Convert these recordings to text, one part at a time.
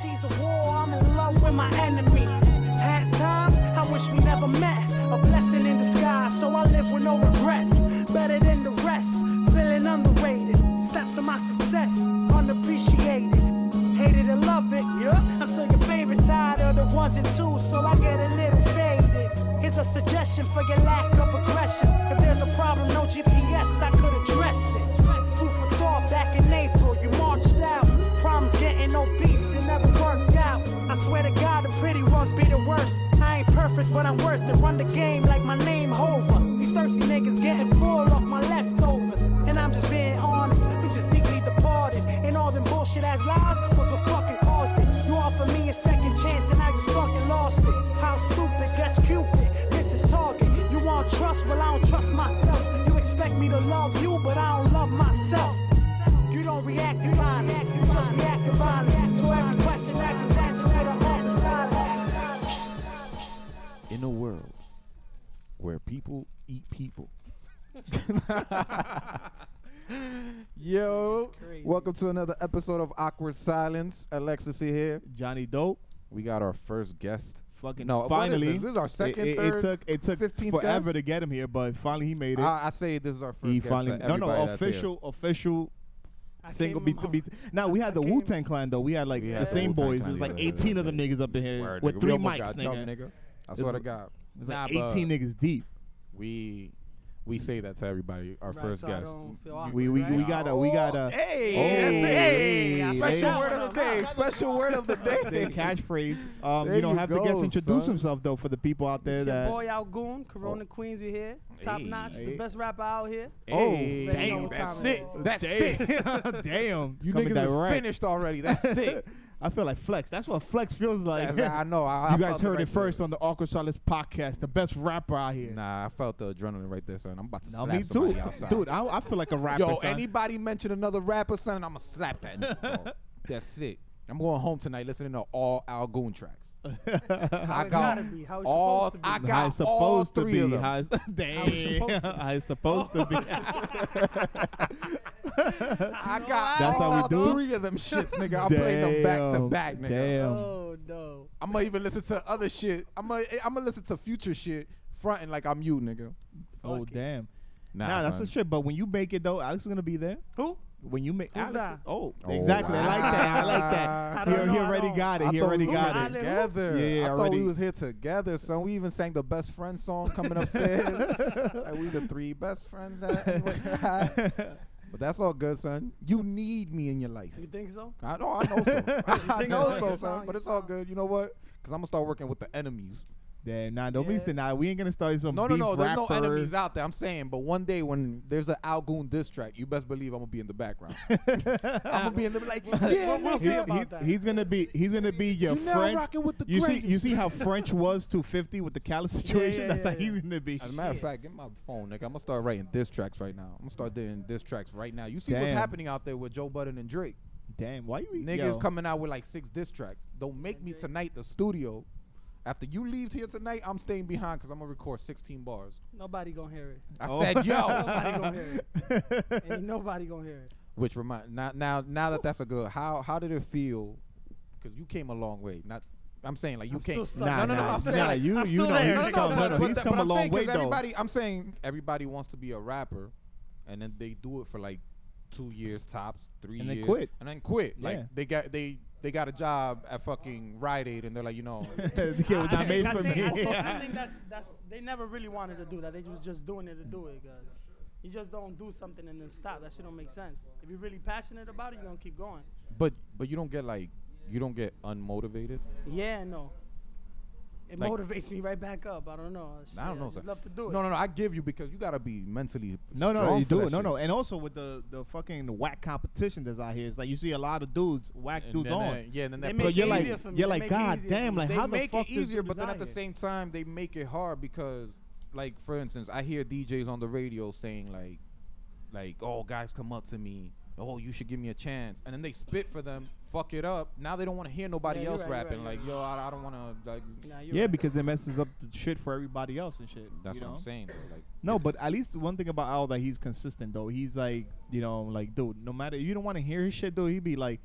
Seas of war, I'm in love with my enemy. At times, I wish we never met. A blessing in disguise, so I live with no regrets. Better than the rest, feeling underrated. Steps to my success, unappreciated. Hated and love it, yeah. I'm still your favorite, tired of the ones and twos, so I get a little faded. Here's a suggestion for your lack of aggression. If there's a problem, no GPS, I could address it. Food for thought back in April, you marched out. Problems getting obese, it never worked out. I swear to God, the pretty ones be the worst. I ain't perfect, but I'm worth it. Run the game like my name Hover. These thirsty niggas getting full off my leftovers. And I'm just being honest, we just deeply departed. And all them bullshit ass lies was what fucking caused it. You offered me a second chance and I just fucking lost it. How stupid, guess Cupid, this is Target. You want trust, well I don't trust myself. You expect me to love you, but I don't love myself. You don't react to violence, you just react to violence. To every question I just answer with a heart of silence. in a world where people eat people. Yo, crazy. welcome to another episode of Awkward Silence. Alexis here. Johnny Dope, We got our first guest. fucking No, what is finally. this? This is our It- second, It, it third, took it took 15th forever guest? to get him here, but finally he made it. I, I say this is our first he guest. finally to no no everybody that's here. official official I single came beat home- beat. Now we had the I came- Wu Tang Clan though. We had like We the had the same Wu-Tang boys. Clan, It was yeah, like yeah, eighteen of yeah. them niggas up in here Word, nigga. with We three almost mics, got nigga. jumped, nigga. I This swear is- to God. It's like Nah, but eighteen niggas deep. We we say that to everybody. Our Right, first so I guest. don't feel You- awkward, We we we Right. got a we got a Oh, Hey, Hey, that's it. they- Special word of the day. Special word of the the day. catchphrase. Um, There you don't you have to guess go, introduce son. himself though for the people out there It's your that. Oh. boy Algoon, Corona Queens. We here, top Hey. notch, Hey. the best rapper out here. Oh Hey, you know damn! what time That's it it. is. That's it. damn. damn! You Coming niggas direct. is finished already. That's it. I feel like flex. That's what flex feels like. That's- I know. I, I you guys felt heard right it first there. on the Awkward Silence podcast, the best rapper out here. Nah, I felt the adrenaline right there, son. I'm about to No, slap me too, somebody outside. Dude, I, I feel like a rapper. Yo, son. anybody mention another rapper, son, I'ma slap that. nigga, bro. That's it. I'm going home tonight listening to all Al Goon tracks. I it got gotta be, how it's all. supposed to be. I How got it's all supposed to three be. of them. How it's, damn. How it's supposed to be. I got That's how all we do it? three of them shits, nigga. I played them back to Damn. back, nigga. Damn. Oh no, I'm gonna even listen to other shit. I'm gonna I'm gonna listen to future shit fronting like I'm you, nigga. Oh Fuck it. damn. Nah, that's son. the shit. But when you make it though, Alex is gonna be there. who? When you make Who's Alex, that? Oh, Oh, exactly. I like that. I like wow. that. I don't He, he know, I already don't- got it. I He thought already we got was it. I didn't- Together. Yeah, I thought already. we was here together, son. We even sang the best friend song coming upstairs. like we the three best friends that But that's all good, son. You need me in your life. You think so? I know, I know so. I think know it's so, like- son. But it's all good. You know what? Because I'm gonna start working with the enemies. Damn. Nah, don't be Yeah. saying. Nah, we ain't gonna start some No, no, beef no. There's no rapper. enemies out there. I'm saying, but one day when there's an Algoon diss track, you best believe I'm gonna be in the background. I'm gonna be in the like, yeah, we'll nigga. see He- about he- that. he's gonna be he's gonna be your You now French. rocking with the you see greatest. you see how French was to fifty with the Cali situation. yeah, That's yeah, how he's yeah. gonna be. As a matter of fact, get my phone, nigga. I'm gonna start writing diss tracks right now. I'm gonna start doing diss tracks right now. You see what's Damn. happening out there with Joe Budden and Drake? Damn, why you Niggas yo. coming out with like six diss tracks. Don't make me tonight the studio. After you leave here tonight, I'm staying behind because I'm gonna record 16 bars. Nobody gonna hear it. I Oh. said yo, Nobody gonna hear it. Ain't nobody gonna hear it. which remind now now now that that's a good. How how did it feel? Because you came a long way. Not I'm saying like you I'm came. still stuck. Nah, no, no, no. nah, I'm nah, saying like, you, I'm you still know, there. he's Nigga, come, but- no, no, but he's that- come but a I'm long saying 'cause way though. Everybody, I'm saying everybody wants to be a rapper, and then they do it for like two years tops, three And then years, quit. and then quit. Yeah. Like they got they they got a job at fucking Rite Aid, and they're like, you know, The kid was not I- made I for think- I think- me. I think that's that's they never really wanted to do that. They was just doing it to do it, guys. You just don't do something and then stop. That shit don't make sense. If you're really passionate about it, you're gonna keep going. but but you don't get like you don't get unmotivated. Yeah, no. It Like- motivates me right back up. I don't know. Shit, I don't know. I just son. love to do it. No, no, no. I give you because you gotta be mentally No, no, strong you for do that it. No, shit. no, and also with the the fucking whack competition that's out here, it's like you see a lot of dudes whack And dudes then, uh, on. yeah, and then They that make So it you're easier like, for me. you're They like, make it God easier for damn, me. like they how the make fuck it this easier, dude but is then out at the here? same time they make it hard because, like for instance, I hear DJs on the radio saying like, like, oh guys come up to me, oh you should give me a chance, and then they spit for them fuck it up. Now they don't want to hear nobody Yeah, you're else right, you're right, rapping. you're like, right. yo, I, I don't want to. Like, Nah, you're Yeah, right. because it messes up the shit for everybody else and shit. that's you what know? I'm saying. Though. Like, No, but at least one thing about Al that he's consistent though. He's like, you know, like dude, no matter you don't want to hear his shit though, he be like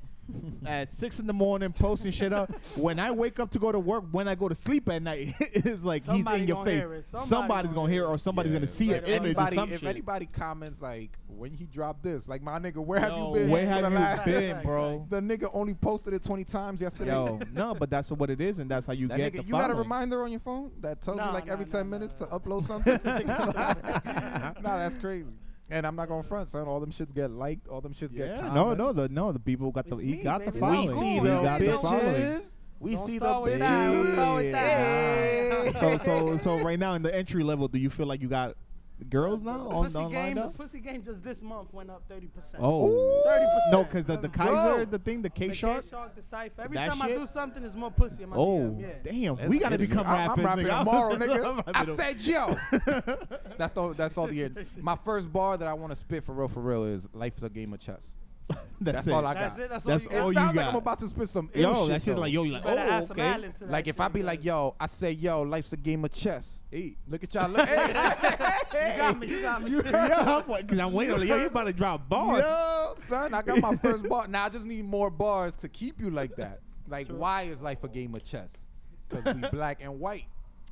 at six in the morning posting shit up. When I wake up to go to work, when I go to sleep at night, it's like Somebody he's in your gonna face. hear it. Somebody somebody's gonna gonna hear hear it or somebody's Yeah. gonna see Like, an image or anybody, some if shit. anybody comments like, when he dropped this, like, my nigga, where have you Yo, been? Where for the have you last- been, Facts, bro? The nigga only posted it 20 times yesterday. Yo, no, but that's what it is, and that's how you That get nigga, the you got a following. reminder on your phone that tells Nah, you like nah, every nah, 10 nah, minutes nah, to nah. upload something? nah, that's crazy. And I'm not going to front, son. All them shits get liked. All them shits get Yeah, no, commented. no, the no, the people got the It's he me, got the baby. We following. see He the got the bitches. following. We Don't see the start bitches. with that. Don't start with Yeah. that. so so so right now in the entry level, do you feel like you got girls now The on, Oh, pussy on game, lined the up? pussy game just this month went up thirty percent. Oh, thirty percent. no, because the, the Kaiser, the thing, the K the shark. K-Shark, the Cypher. Every That time I shit? do something, it's more pussy in my Oh, DM. Yeah. damn, Let's we gotta get it. become I'm, I'm rappers. rapping nigga. tomorrow, I'm nigga. I rapping said yo. that's all. That's all the. My first bar that I want to spit for real, for real is life's a game of chess. That's That's all I it. got. That's it. That's, That's It all you got. all Oh, you sounds like got. I'm about to spit some ill Yo, shit. that shit though. like yo, you like You better add oh some okay. ad-libs to that Like if shit, I be like because- yo, I say yo, life's a game of chess. Eight. Look at y'all. Look. Hey, you got me, you got me. yeah, because I'm waiting. Like, yo, you about to drop bars? yo, son, I got my first bar. Now I just need more bars to keep you like that. Like why is life a game of chess? Because we black and white.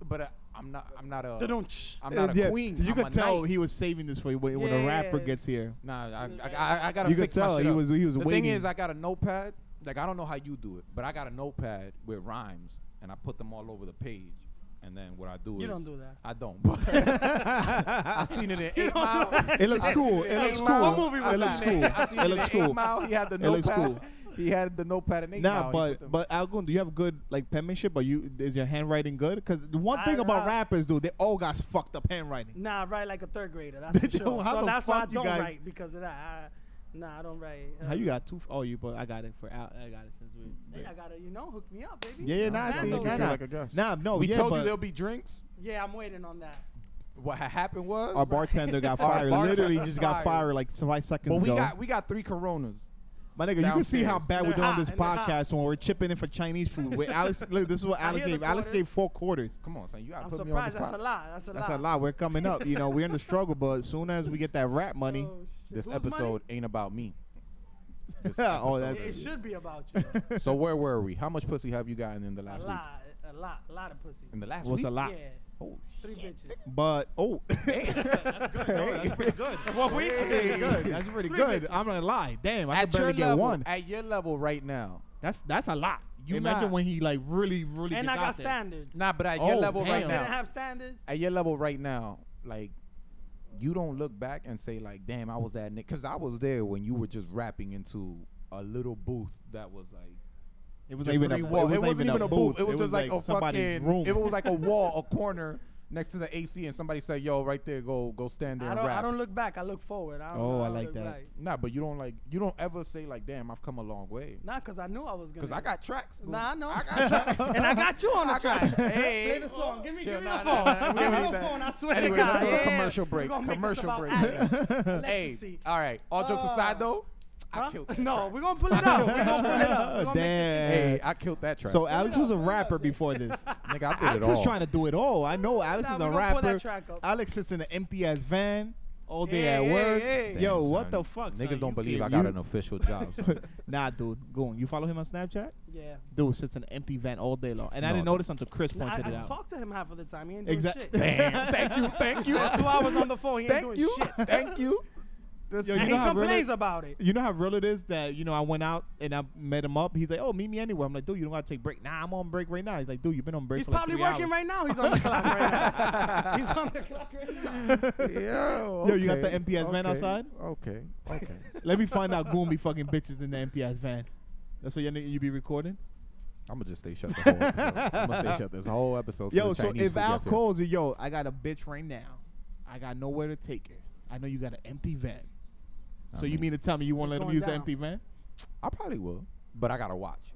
But uh, I'm not. I'm not a. Da-dunch. I'm not a Yeah, queen. You I'm could a tell knight. he was saving this for when, when a rapper Yeah. gets here. Nah, I, Mm. I, I, I gotta You could fix my tell shit he up. was- he was the waiting. thing is, I got a notepad. Like I don't know how you do it, but I got a notepad with rhymes, and I put them all over the page. And then what I do is You don't do that. I don't. I seen it in Eight Mile. It looks I- cool. It Eight looks Mile. cool. What movie It was looks that? cool. I seen It looks in Eight cool. Mile. He had the It looks notepad. cool. He had the notepad in Eight Nah, Mile. He put them- but but Algon, do you have good like penmanship? Are you is your handwriting good? Because the one I- thing about I- rappers, dude, they all got fucked up handwriting. Nah, I write like a third grader. That's for Dude, sure. how so the that's why I fuck you don't guys- write because of that. I, nah, I don't write. uh, How you got two? Oh, you but I got it for Al. I got it since we. Hey, I gotta, you know, hook me up, baby. Yeah, yeah, nah, I Fans see, over nah, here. nah. like a guest. Nah, no, we yeah, told you but there'll be drinks. Yeah, I'm waiting on that. What ha- happened was, our bartender got Our fired. bartender Literally just got fired. fired like five seconds but we ago. got we got three Coronas. My nigga, you can see how downstairs. bad we're They're doing hot, this and they're hot. podcast when we're chipping in for Chinese food. With Alex, look, this is what I Alex hear the gave. Alex quarters. gave four quarters. Come on, son, you gotta I'm put me on the surprised. spot. That's a lot. That's a lot. That's a lot. We're coming up. You know, we're in the struggle, but as soon as we get that rap money, Oh, shit. This Whose money? episode ain't about me. This oh, Yeah, it that's should be about you. though. So where were we? How much pussy have you gotten in the a last week? lot, a lot, a lot of pussy. In the last was week? a lot. Yeah, Oh, three bitches. But oh, that's pretty good. One week. Pretty good. That's pretty Three good. bitches. I'm gonna lie. Damn, I could at your barely get level, one. at your level right now. That's that's a lot. You imagine not- when he like really really. And I gets got out there. standards. Nah, but at your Oh, level right damn. I didn't now. have standards. At your level right now, like you don't look back and say like, "Damn, I was that nigga." Because I was there when you were just rapping into a little booth that was like. It was just even a, three wall- it wasn't even a booth. It was just like, a somebody's fucking. room. It was like a wall, a corner next to the AC, and somebody said, "Yo, right there, go, go stand there I and don't. rap." I don't look back. I look forward. I don't, Oh, I don't like look that. Back. Nah, but you don't like you don't ever say like, "Damn, I've come a long way." Nah, cause I knew I was gonna. Cause I got tracks. boo. Nah, I know. I got tracks. and I got you on the track. Hey, Play the song. Give me, Chill, give me nah, the nah, phone. nah, we I don't got need the that. phone. I swear Anyway, to God. let's do a yeah. commercial break. We gonna make Commercial break. this about Alex. hey, Let's see. all right. All jokes Uh, aside, though, I Huh? killed. That No, track. we're gonna pull it out. We're gonna pull it out. We're gonna make Damn. Hey, I killed that track. so So, Alex was a rapper before this. nigga, I did Alex it all. was trying to do it all. I know Alex Nah, is we a gonna pull that rapper. track up. Alex sits in an empty ass van all day Yeah, at yeah, work. yeah. Damn, Yo, what son. the fuck? son? Niggas don't You believe gave- I got you- an official job. son. Nah, dude, go on. You follow him on Snapchat? Yeah. Dude sits in an empty van all day long, and I No, didn't dude. notice until Chris I, pointed it I out. talked to him half of the time. He ain't doing Exact- shit. Damn. Thank you. Thank you. Spent two hours on the phone. He ain't Thank doing you. shit. Thank you. This Yo, is- you And know he how real complains it- about it. You know how real it is that you know I went out and I met him up. He's like, "Oh, meet me anywhere." I'm like, "Dude, you don't gotta take break." Nah, I'm on break right now. He's like, "Dude, you've been on break." He's for like probably three working hours. right now. He's on the clock right now. He's on the clock right now. Yo, Yo, you got okay, the empty ass van okay, outside? Okay. Okay. Let me find out goon be fucking bitches in the empty ass van. That's what you you be recording. I'm gonna just stay shut the whole episode. I'm gonna stay shut this whole episode. till Yo, the so Chinese if food Al gets here. calls you, yo, I got a bitch right now. I got nowhere to take her. I know you got an empty van. I So you mean- mean to tell me you won't let It's him going use the down. empty van? I probably will, but I gotta watch.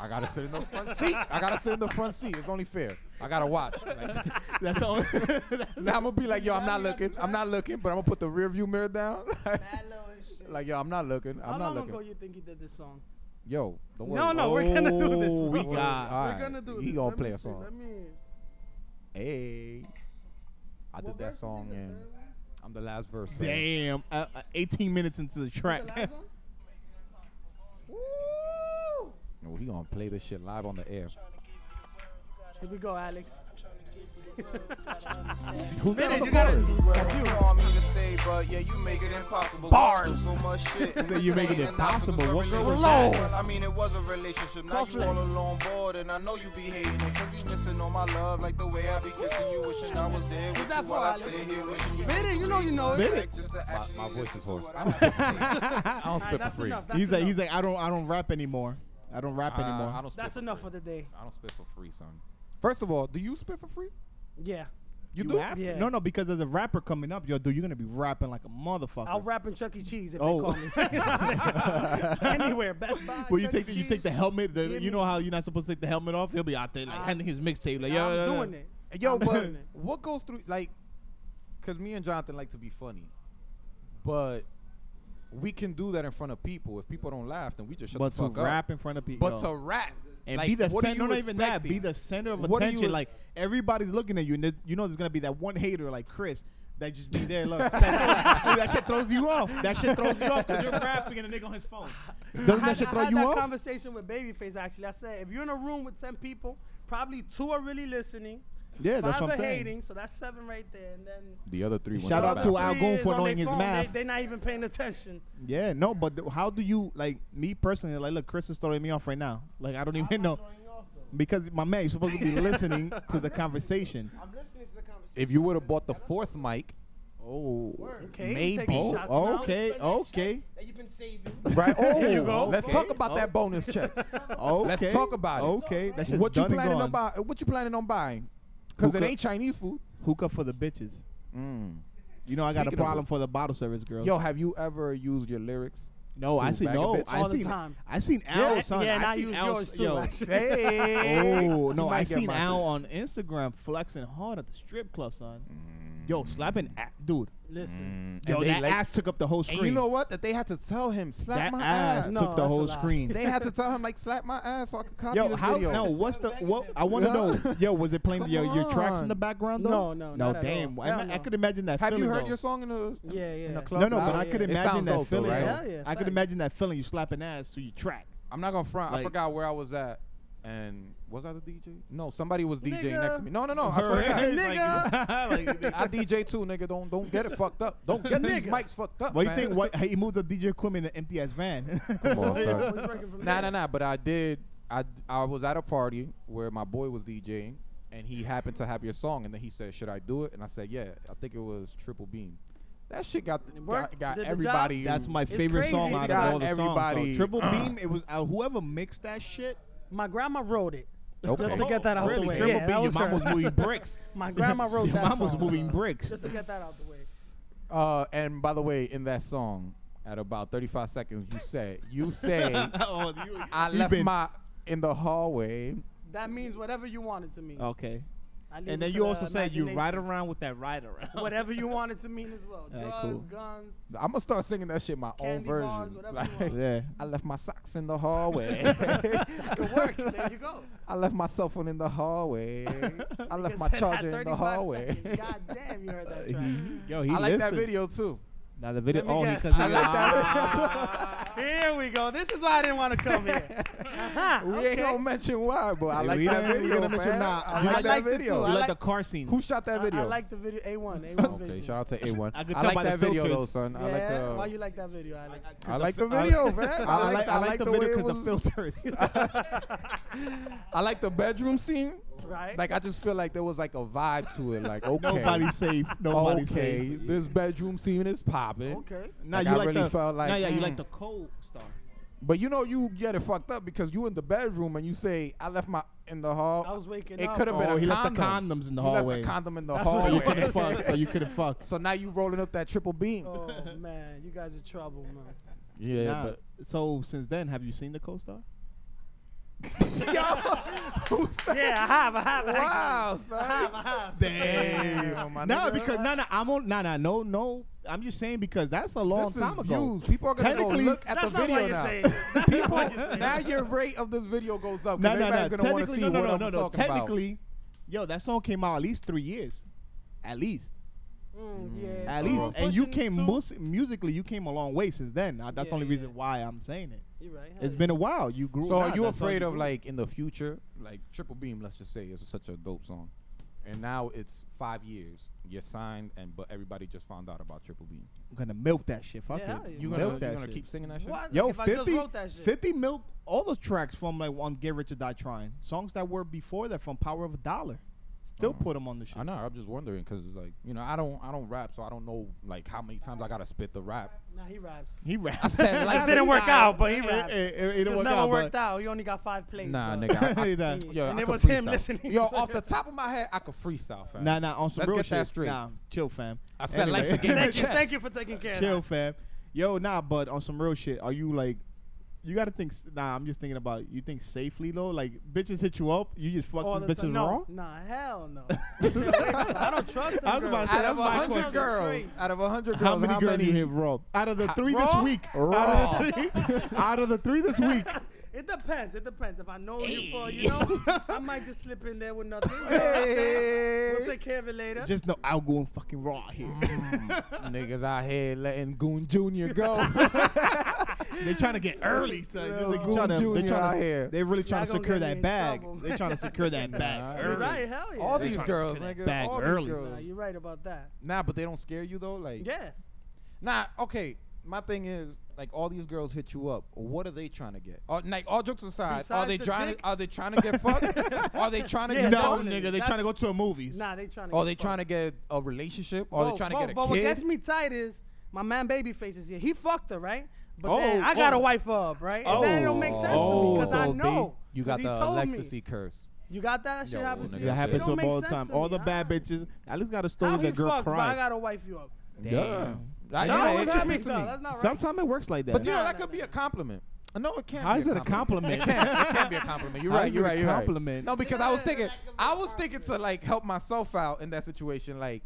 I gotta sit in the front seat. I gotta sit in the front seat. It's only fair. I gotta watch. Like, That's the only. now I'm gonna be like, yo, I'm not looking. I'm not looking, but I'm gonna put the rear view mirror down. like, yo, I'm not looking. How I'm not long ago looking. you think he did this song? Yo, don't worry. No, no, we're gonna do this. Oh, we bro. got- All We're gonna do He this. gonna Let me play a see. song. Let me- Hey, I what did verse that is song in the and third one? I'm the last verse. bro. Damn, uh, uh, 18 minutes into the The track. last one? Yo, he gonna play this shit live on the air. Here we go, Alex. Who's Spin that it, on the you gotta- chorus? Bars. You're making it possible. What girl was Lord. that? I mean, it was a relationship. Now you all alone, bored, and I know you be hating it. Cause you missing all my love, like the way I be kissing you. Wishing I was there with that you while I for, sit Alex? here wishing you. Spit it, you know you know it. Like, just to actually My voice listen is to hoarse. what I- I don't I don't All spit right, for that's free. enough. That's He's enough. like, he's like, I don't, I don't rap anymore. I don't Uh, rap anymore. I don't spit that's for enough free. for the day. I don't spit for free, son. First of all, do you spit for free? Yeah. You, You do? have to. Yeah. No, no, because as a rapper coming up, yo, dude, you're gonna be rapping like a motherfucker. I'll rap in Chuck E. Cheese if Oh. they call me. Anywhere, Best Buy. Well, you Chuck take the, E. you Cheese. take the helmet. The, Give you me- know how you're not supposed to take the helmet off. He'll be out there like I'm- handing his mixtape. Like, yo, yo, I'm yo. doing it. Yo, I'm but doing it. what goes through like? Cause me and Jonathan like to be funny, but we can do that in front of people. If people don't laugh, then we just shut But the to fuck rap up. in front of people. But to rap and like, be the what are center. you Not even that. Be expecting? the center of What are you attention. ex- Like everybody's looking at you, and there- you know there's gonna be that one hater like Chris that just be there. Look, that, that shit throws you off. That shit throws you off because you're rapping and a nigga on his phone. Doesn't I that had, shit I throw had you that off? conversation with Babyface actually. I said, if you're in a room with 10 people, probably two are really listening. Yeah, five that's what are I'm saying. hating, so that's seven right there. And then The other three. Shout out to the Al three Goon is for on knowing they his phone. math. They, are not even paying attention. Yeah, no, but th- how do you like me personally? Like, look, Chris is throwing me off right now. Like, I don't even know because my man, you're supposed to be listening to the conversation. I'm listening to the conversation. If you would have bought the fourth mic, Oh, Okay, maybe. taking shots now. okay, Spend that okay, check That you've been saving. right? Oh, Here you go. let's Okay. talk about Oh. that bonus check. okay. Let's talk about it. Okay, that's just what you done and planning gone. on buy? What you planning on buying? Because it Hookah. ain't Chinese food. Hookah for the bitches. Mm. You know, I got a Speaking of problem which- for the bottle service girls. Yo, have you ever used your lyrics? no, I two see. bag of No, bitches. I All the seen. time. I seen Al, Yeah, oh. son. yeah, and I I seen use Al, yours too, Yo. actually. Hey, Oh You no, might I get seen my Al shit. on Instagram flexing hard at the strip club, son. Mm. Yo, slapping, a- dude. Listen, And Yo, they that like- ass took up the whole screen. And you know what? That they had to tell him slap that my ass ass. No, took the that's a whole lie. screen. They had to tell him like slap my ass so I could copy Yo, this how? video. No, what's the? What? I want to Yeah. know. Yo, was it playing? Yo, Come your tracks in on. the background? Though? No, no, no. not at damn, all. I, Hell ma- I no. could imagine that. Have you feeling, heard though. your song in the Yeah, in yeah. the club? no, no, loud? but I could yeah. It imagine sounds that dope, though, feeling. right? though. Hell yeah, I could facts. imagine that feeling. You slapping ass to your track. I'm not gonna front. I Like- forgot where I was at, and was I the DJ? No, somebody was DJing next to Nigga. me. No, no, no. I swear to God. Nigga. I DJ too, nigga. Don't don't get it fucked up. Don't get these mics fucked up. What do man. you think? What, he moved up DJ equipment in an empty ass van. Come on, son. Always working from Nah, nah, there. nah. But I did. I I was at a party where my boy was DJing, and he happened to have your song, and then he said, "Should I do it?" And I said, "Yeah." I think it was Triple Beam. That shit got It worked. got, got Did the everybody. That's my favorite crazy song out of because all the songs. everybody- So, Triple Beam. It was uh, whoever mixed that shit. my grandma wrote it. Okay. Just to get that out really, the way. Triple yeah, Beam. that Your was mom her. was moving bricks. My grandma wrote Your that mom was song, moving uh, bricks. Just to get that out the way. Uh, and by the way, in that song, at about 35 seconds, you said, "You say oh, you, I you left been- my in the hallway." That means whatever you want it to mean. Okay. I leave And it then to you the also said you imagination. ride around with that ride around. Whatever you want it to mean as well. All Drugs, right, cool. guns. I'm gonna start singing that shit my own Candy version. bars, whatever you Like, want. Yeah. I left my socks in the hallway. Good work. There you go. I left my cell phone in the hallway. I left Nigga my said that charger in the 35 hallway. Uh, seconds. God damn, you heard that track. Yo, he I like that listened. video too. Now the video. Let me Oh, he guess. 'cause he I like Ah. Here we go. This is why I didn't want to come here. Aha, We ain't Uh-huh. okay. gonna mention why, but I Yeah, like we that didn't- we video, didn't mention man. that. I You like like that the video. two. You I like the like- car scene. Who shot that video? I, I like the video. A1. A1 Okay, vision. shout out to A1. I could I tell like by the that video though, filters. son. Yeah. I like the why you like that video, Alex? I like the I- video, man. I, I like, I like the, video way it because was- the filters. I like the bedroom scene. right? Like I just feel like there was like a vibe to it. Like okay, Nobody's safe. okay, Nobody's safe. this bedroom scene is popping. okay. Nah, Like, you I like really the, felt like, nah, yeah, you mm. like the cold star. But you know you get it fucked up because you in the bedroom and you say I left my in the hall. I was waking it up. could have been Oh, a he left condom. the condoms in the You hallway. left the condom in the so you hallway. couldn't fuck. So you couldn't fuck. so now you rolling up that triple beam. Oh man, you guys are trouble, man. Yeah, Nah, so since then, have you seen the cold star? Yeah, I have, I have. actually. Wow, son. Damn. my nah, nigga. because nah, nah, I'm on. Nah, nah, no, no. I'm just saying because that's a long This is time ago. views. People are gonna go Technically- look at That's the not what video you're now. saying. That's not what you're People, saying. now your rate of this video goes up. 'cause No, no, everybody's no. gonna wanna Technically, see no, no, what no, I'm no, no. talking about. Technically, yo, that song came out at least three years, at least, Mm, yeah. at two, least. And you pushing came two. mus- musically, you came a long way since then. Uh, that's the Yeah, only yeah. reason why I'm saying it. You're right. hell It's yeah. been a while. You grew. So nah, are you that's all afraid of grew. like in the future, like Triple Beam? Let's just say is such a dope song, and now it's five years. You're signed, and but everybody just found out about Triple Beam. I'm gonna milk that shit. Fuck Yeah, hell it. yeah. You You gonna, milk you that gonna shit. keep singing that shit? What? Yo, if I 50, just wrote that shit. 50 milk all those tracks from like on Get Rich or Die Trying. Songs that were before that from Power of a Dollar. Still Oh. put 'em put them on the shit. I know. I'm just wondering because it's like you know I don't I don't rap, so I don't know like how many times I gotta spit the rap. Nah, he raps. He raps. said, like, It didn't work out, but he raps. It, it, it It didn't work never out, worked but- out. You only got five plays. Nah, bro. nigga. I, I, Nah. yo, and I it could was him freestyle. listening. Yo, to off the him. top of my head, I could freestyle. Fam. Nah, nah, on some Let's real get shit. that straight. Nah, chill, fam. I said life's a Anyway. game of Thank you, chess. thank you for taking care. of chill, fam. that. Yo, nah, but on some real shit, are you like, you gotta think. s- Nah, I'm just thinking about you think safely though. Like bitches hit you up, you just fuck All the these bitches time. No, raw. Nah, hell no. I don't trust them I was about to Out say, girls. that's of a my hundred question. girls, That's out of a hundred girls, How many girls many you hit raw? Out of the three raw? this week, Out, of the three, out of the three this week, It depends. It depends. If I know you for, you know, I might just slip in there with nothing. You know what I'm saying? We'll take care of it later. just no outgoing fucking raw here. Mm, niggas out here letting Goon Junior go? they trying to get early, so Yeah, they Goon trying to, they Junior out trying here. to, they really trying to Y'all gonna secure get me that in bag. trouble. They trying to secure that bag. You're early. right. Hell yeah. all They these trying to girls, spit that nigga, bag all these early. Nah, girls. you're right about that. Nah, but they don't scare you though. Like, Yeah. nah, okay. My thing is, like, all these girls hit you up. What are they trying to get? Or, like, all jokes aside, are Besides they the trying? dick? To, are they trying to get fucked? are they trying to Yeah, get? No, fucked? Definitely. nigga, they That's- trying to go to the movies. Nah, they trying to. Oh, Are they trying to get a relationship? Are they trying to get a But what kid? gets me tight is my man Babyface is here. He fucked her, right? But Oh, then I got oh. a wife up, right? And that don't make sense to Oh, me because I so know. you 'cause got he the told ecstasy Me. curse. You got that shit Yo, nigga, happens to that you. That happens to don't them all make the sense time. to All me. the bad Ah. bitches. At least got a How story he that girl fucked, but I cried. gotta wife you up. Yeah, I, No, yeah, it it should be happens to done. me. That's not right. Sometimes it works like that. But you know Nah, that nah, could be nah. a compliment. Uh, No, it can't. How be is it a compliment? It can't. It can't be a compliment. You're How right. is You're it a right. You're right. compliment? No, because I was thinking, I was thinking to like help myself out in that situation, like.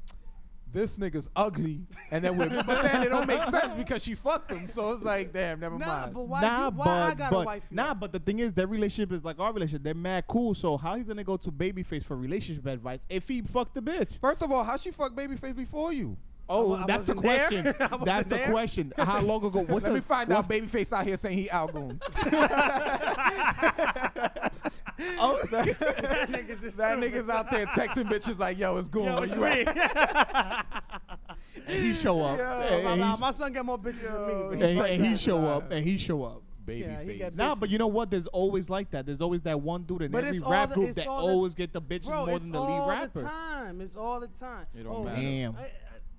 This nigga's ugly, and then with, but then it don't make sense because she fucked him. So it's like, damn, never Nah, mind. but why? nah, you, why but, I gotta but wife you nah, up? but the thing is, their relationship is like our relationship. They're mad cool. So how he's gonna go to babyface for relationship advice if he fucked the bitch? First of all, how she fucked babyface before you? Oh, I that's the wasn't there. question. I wasn't that's the there. question. How long ago? What's Let the, me find out. what's- Babyface out here saying he outgoing. Oh, that nigga's just that stupid. nigga's out there texting bitches like, yo, it's going. Yo, where it's you at? me. and he show up. and, Nah, and nah, he's- my son got more bitches than me. and- bro. and he show up. And he show up. Yeah, he Babyface. got Nah, bitches. but you know what? There's always like that. There's always that one dude in But every it's all rap the- group it's that all the- always get the bitches Bro, more it's than the all lead rapper. the time. It's all the time. It don't oh, matter. Damn. I- I-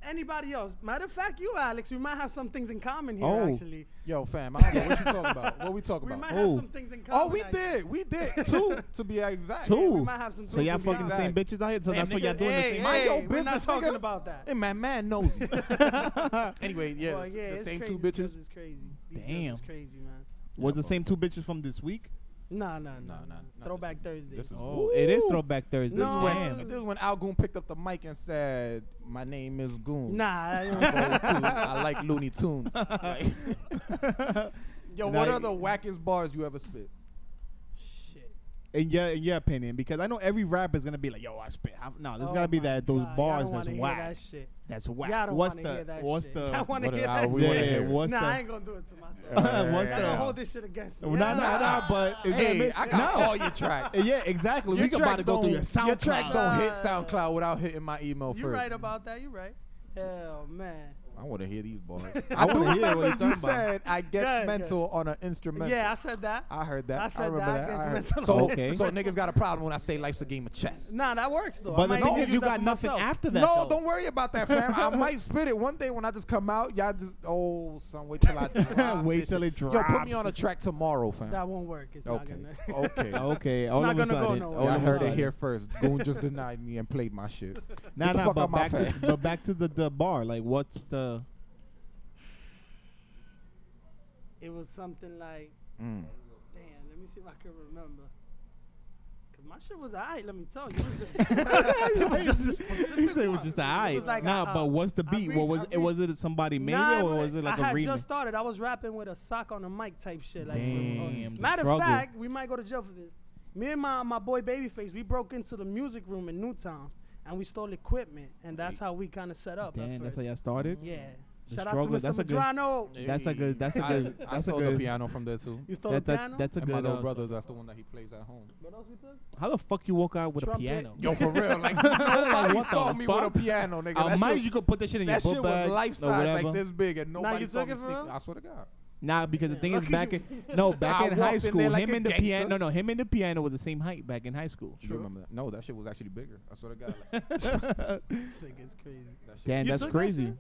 Anybody else? Matter of fact, you, Alex, we might have some things in common here, Oh. actually. Yo, fam, I don't know what you talking about. What we talking We about? might have Oh. some things in common. Oh, we actually. did. We did two, to be exact. Two. We might have some So y'all things in fucking the same common. bitches out here. So Hey, that's what nigga, y'all doing. hey, the same Mind hey, your We're not business, talking nigga. about that. And my man knows you. anyway, yeah, Boy, yeah, the it's same crazy. two These bitches. girls is crazy. These Damn. Damn. crazy, man. Was the same two bitches from this week? Nah, nah, nah, nah. nah, not this Throwback one. Thursday. This is Oh, it is Ooh. Throwback Thursday. No. This is Damn. when this is when Al Goon picked up the mic and said, "My name is Goon. nah, I I'm don't- going to- I like Looney Tunes." Like- Yo, And what I- are the wackest bars you ever spit? shit. in your in your opinion, because I know every rapper is gonna be like, "Yo, I spit." How-" No, there's Oh gotta be my that those God, y'all bars don't that's wanna hear whack. That shit. That's whack. Y'all don't what's wanna the hear that what's shit. the Y'all wanna what hear are that we shit. wanna hear? yeah, what's nah, I the ain't gonna do it to myself. Yeah. Y'all What's gonna the- hold this shit against me. Well, nah, nah, Yeah. nah, but it's gonna Hey, make- I got all your tracks. yeah, exactly. Your we about to tracks go through your don't- SoundCloud. Your tracks don't hit Uh, SoundCloud without hitting my email You first. right about that. You right. Hell man. I want to hear these bars. I do want to hear remember what you're you talking about. said I get Yeah, yeah. mental on an instrumental. Yeah, I said that. I heard that. I I, said remember that. that, gets I heard- mental. So, Okay. so niggas got a problem when I say life's a game of chess. Nah, that works though. I But the might thing use is, you that got for nothing myself. after that. No, though. don't worry about that, fam. I might spit it one day when I just come out. Y'all just oh, son, wait till I drop Wait this till shit. it Yo, put me drops. on a track tomorrow, fam. That won't work. It's not okay, gonna. Oh. okay. Okay, all not of a gonna go sudden- nowhere. all Y'all of a heard it sudden. here first. Goon just denied me and played my shit. Nah, the nah, fuck but out my back, to, face. but back to the, the bar. Like, what's the? Mm. It was something like. Damn, let me me see if I can remember. Cause my shit was alright. Let me tell you, it was just, it was just a specific He said it one. was just aight. like, nah, uh, but what's the I beat? reached- what was I it? Was it somebody made Nah, it, or but was it like I a had remix? just started. I was rapping with a sock on a mic type shit. Like, uh, Damn, the matter struggle. of fact, we might go to jail for this. Me and my, my boy Babyface, we broke into the music room in Newtown and we stole equipment, and that's how we kind of set up. at Damn, that's first. how y'all started. Yeah. The Shout struggle, out to that's a Mr. good- Madrano. That's a good. That's a I, good. I That's a stole the good. piano from there too. You stole That, the that, piano. that's a And my good. little uh, brother, that's the one that he plays at home. what else we took? How the fuck you walk out with Trumpet. a piano? Yo, for real, like nobody What the saw me with a fuck? piano, nigga. I That might shit, you could put that shit in that your shit book bag was life or size, whatever. like this big, and nobody you saw took me it for sneak- real? I swear to God. Nah, because the Yeah, thing is, lucky back you- in no, back I in walked high in school, there like him a and the gangster. piano, no, no, him and the piano was the same height back in high school. You remember that? No, that shit was actually bigger. I swear to God. Like, This nigga's crazy. that shit. Damn, You that's took that crazy. shit?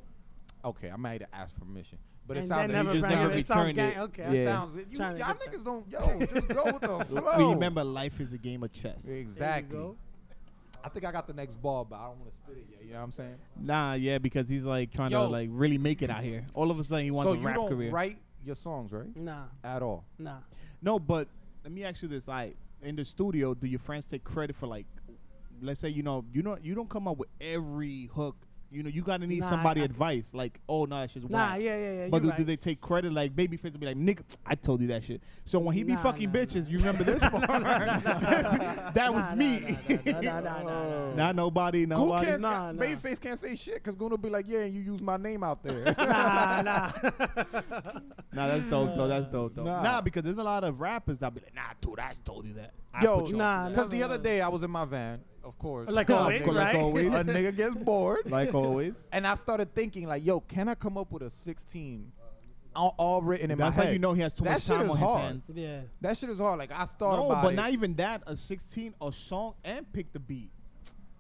Okay, I might have asked permission, but it And sounds they like never you just bring never it. It sounds returned it. gang. Okay. Yeah. I sound- sounds. You, Trying to y'all get niggas don't. Yo, just go with the flow. We remember life is a game of chess. There you exactly. go. I think I got the next ball, but I don't want to spit it yet. You know what I'm saying? Nah, yeah, because he's like trying Yo. to like really make it out here. All of a sudden, he wants so a you rap don't career. write your songs, right? Nah, At all. nah. No, but let me ask you this: like in the studio, do your friends take credit for like, let's say you know you know you don't come up with every hook. You know you gotta need Nah, somebody I- advice. Like, oh no, that's just Nah, whack. yeah, yeah, yeah, But do, you do right. they take credit? Like, babyface will be like, nigga, I told you that shit. So when he be Nah, fucking nah, bitches, you remember this one? that was Nah, me. Nah, nah, nah, nah, nah, nah, nah. Not nobody, Who nobody. can't? Nah, nah. Babyface can't say shit because Goon will be like, yeah, and you use my name out there. nah, nah. Nah, that's dope though. That's dope though. Nah. Nah, because there's a lot of rappers that be like, nah, dude, I told you that. I Yo, put you on nah, to Because never the other was. day I was in my van, of course. Like that." always, Like right? always. a nigga gets bored, like always. and I started thinking like, yo, can I come up with a 16 all, all written in That's my how head? you know he has too That much shit time is on hard. his hands. yeah. That shit is hard. Like I started No, about but it. not even that. A 16, a song, and pick the beat.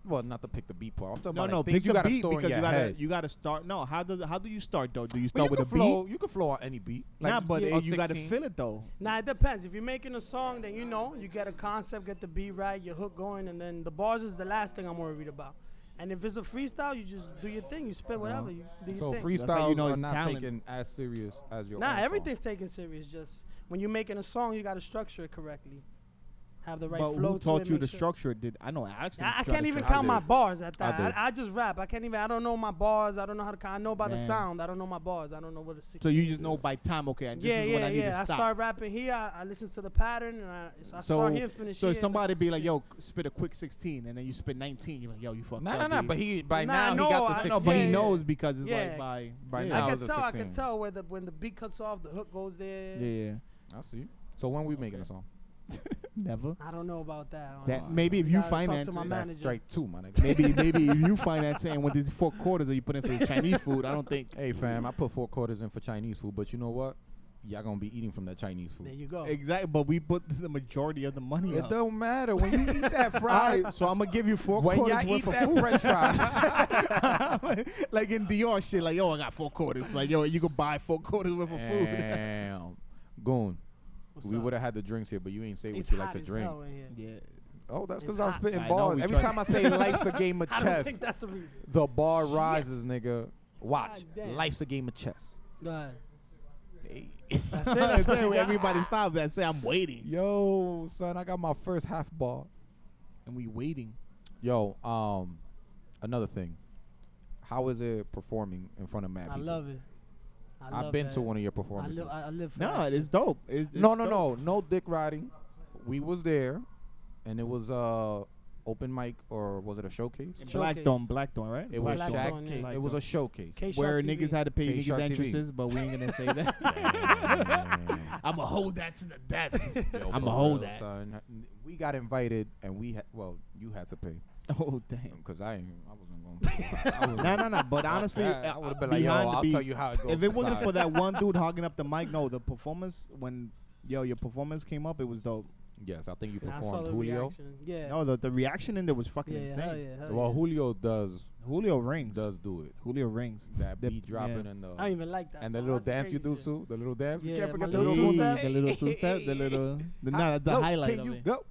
well, not to pick the beat part. I'm talking No, about no, like, pick things you the got to beat store because in your you gotta head. you gotta start. No, how does how do you start though? Do you but you start with can a flow. beat? You can flow on any beat. Like, Nah, but yeah, uh, you gotta 16. feel it though. Nah, it depends. If you're making a song, then you know you get a concept, get the beat right, your hook going, and then the bars is the last thing I'm worried about. And if it's a freestyle, you just do your thing. You spit whatever. You do your So thing. That's how freestyles you know are it's not talent. taken as serious as your. own Nah, song. everything's taken serious. Just when you're making a song, you gotta structure it correctly, have the right but flow. who to taught it, you make the sure- structure? Did I know? I actually I, I tried can't to even try- count my bars at that. did. I, I just rap. I can't even. I don't know my bars. I don't know how to. count. I know about the Man. sound. I don't know my bars. I don't know what it's. So you just know by time. Okay, this yeah, is yeah, when I need yeah. to I stop. start rapping here. I, I listen to the pattern, and I, so I start here, finish so here. if that's somebody be like, 16. "Yo, spit a quick 16," and then you spit 19, you're like, "Yo, you fucked Nah, up." nah, nah. dude." But he by now Nah, no, he got I the no, 16. but he Yeah. knows because it's Yeah. like by By yeah. now I was can a tell. I 16. can tell where the when the beat cuts off, the hook goes there. yeah, I see. So when we making a song? never. I don't know about that. That honestly. maybe if you Gotta talk to finance my it, man. That's Manager. strike two, my nigga. maybe maybe if you finance it and with these four quarters that you put in for this Chinese food, I don't think. Hey fam, I put four quarters in for Chinese food, but you know what? Y'all gonna be eating from that Chinese food. There you go. Exactly, but we put the majority of the money. It don't matter when you eat that fry. so I'm gonna give you four when quarters y'all eat worth of that food. French fry, like in Dior shit, like yo, I got four quarters. Like yo, you could buy four quarters worth of food. damn, goon. What's We up? would have had the drinks here, but you ain't say what It's you hot like to as drink. hell in here. yeah. Oh, that's It's because I was hot. spitting I know balls. we Every tried- time I say life's a game of I don't think chess, that's the reason. the bar Shit. rises, nigga. Watch, God damn. life's a game of chess. Go ahead. Hey. That's it. That's all Say, I got. everybody stop that. Say I'm waiting. Yo, son, I got my first half ball. And we waiting. Yo, um, another thing. How is it performing in front of mad I people? love it. I I've love been that. to one of your I performances. live. I I live for No, that shit. it's dope. It's, it's no, no, dope. no, no dick riding. We was there, and it was uh open mic or was it a showcase? In Black Showcase. Dome, Black Dome, right? It was Black Shaq. Dawn, yeah. It was a showcase. K-Sharp where TV. niggas had to pay K-Shark niggas TV. entrances, but we ain't gonna say that. I'm gonna hold that to the death. I'ma hold that. Son. We got invited, and we had well, you had to pay oh damn. because I ain't, I wasn't going. to No, no, no. But honestly, I uh, would have been like, yo, behind the I'll beat, tell you how it goes. if it wasn't aside. for that one dude hogging up the mic, no, the performance when yo your performance came up, it was dope. yes, I think you And I saw performed the Julio. reaction. Yeah. No, the, the reaction in there was fucking yeah, yeah, hell insane. yeah, hell Well, yeah. Julio does Julio rings. does do it. Julio rings. That The- beat dropping yeah. and I don't the even like that. and the song. little That's dance you do crazy shit. too. The little dance. We Yeah, can't my forget the little little two two Hey, step. step. The little two step. The little. The, nah, the Look, highlight can of you it. go?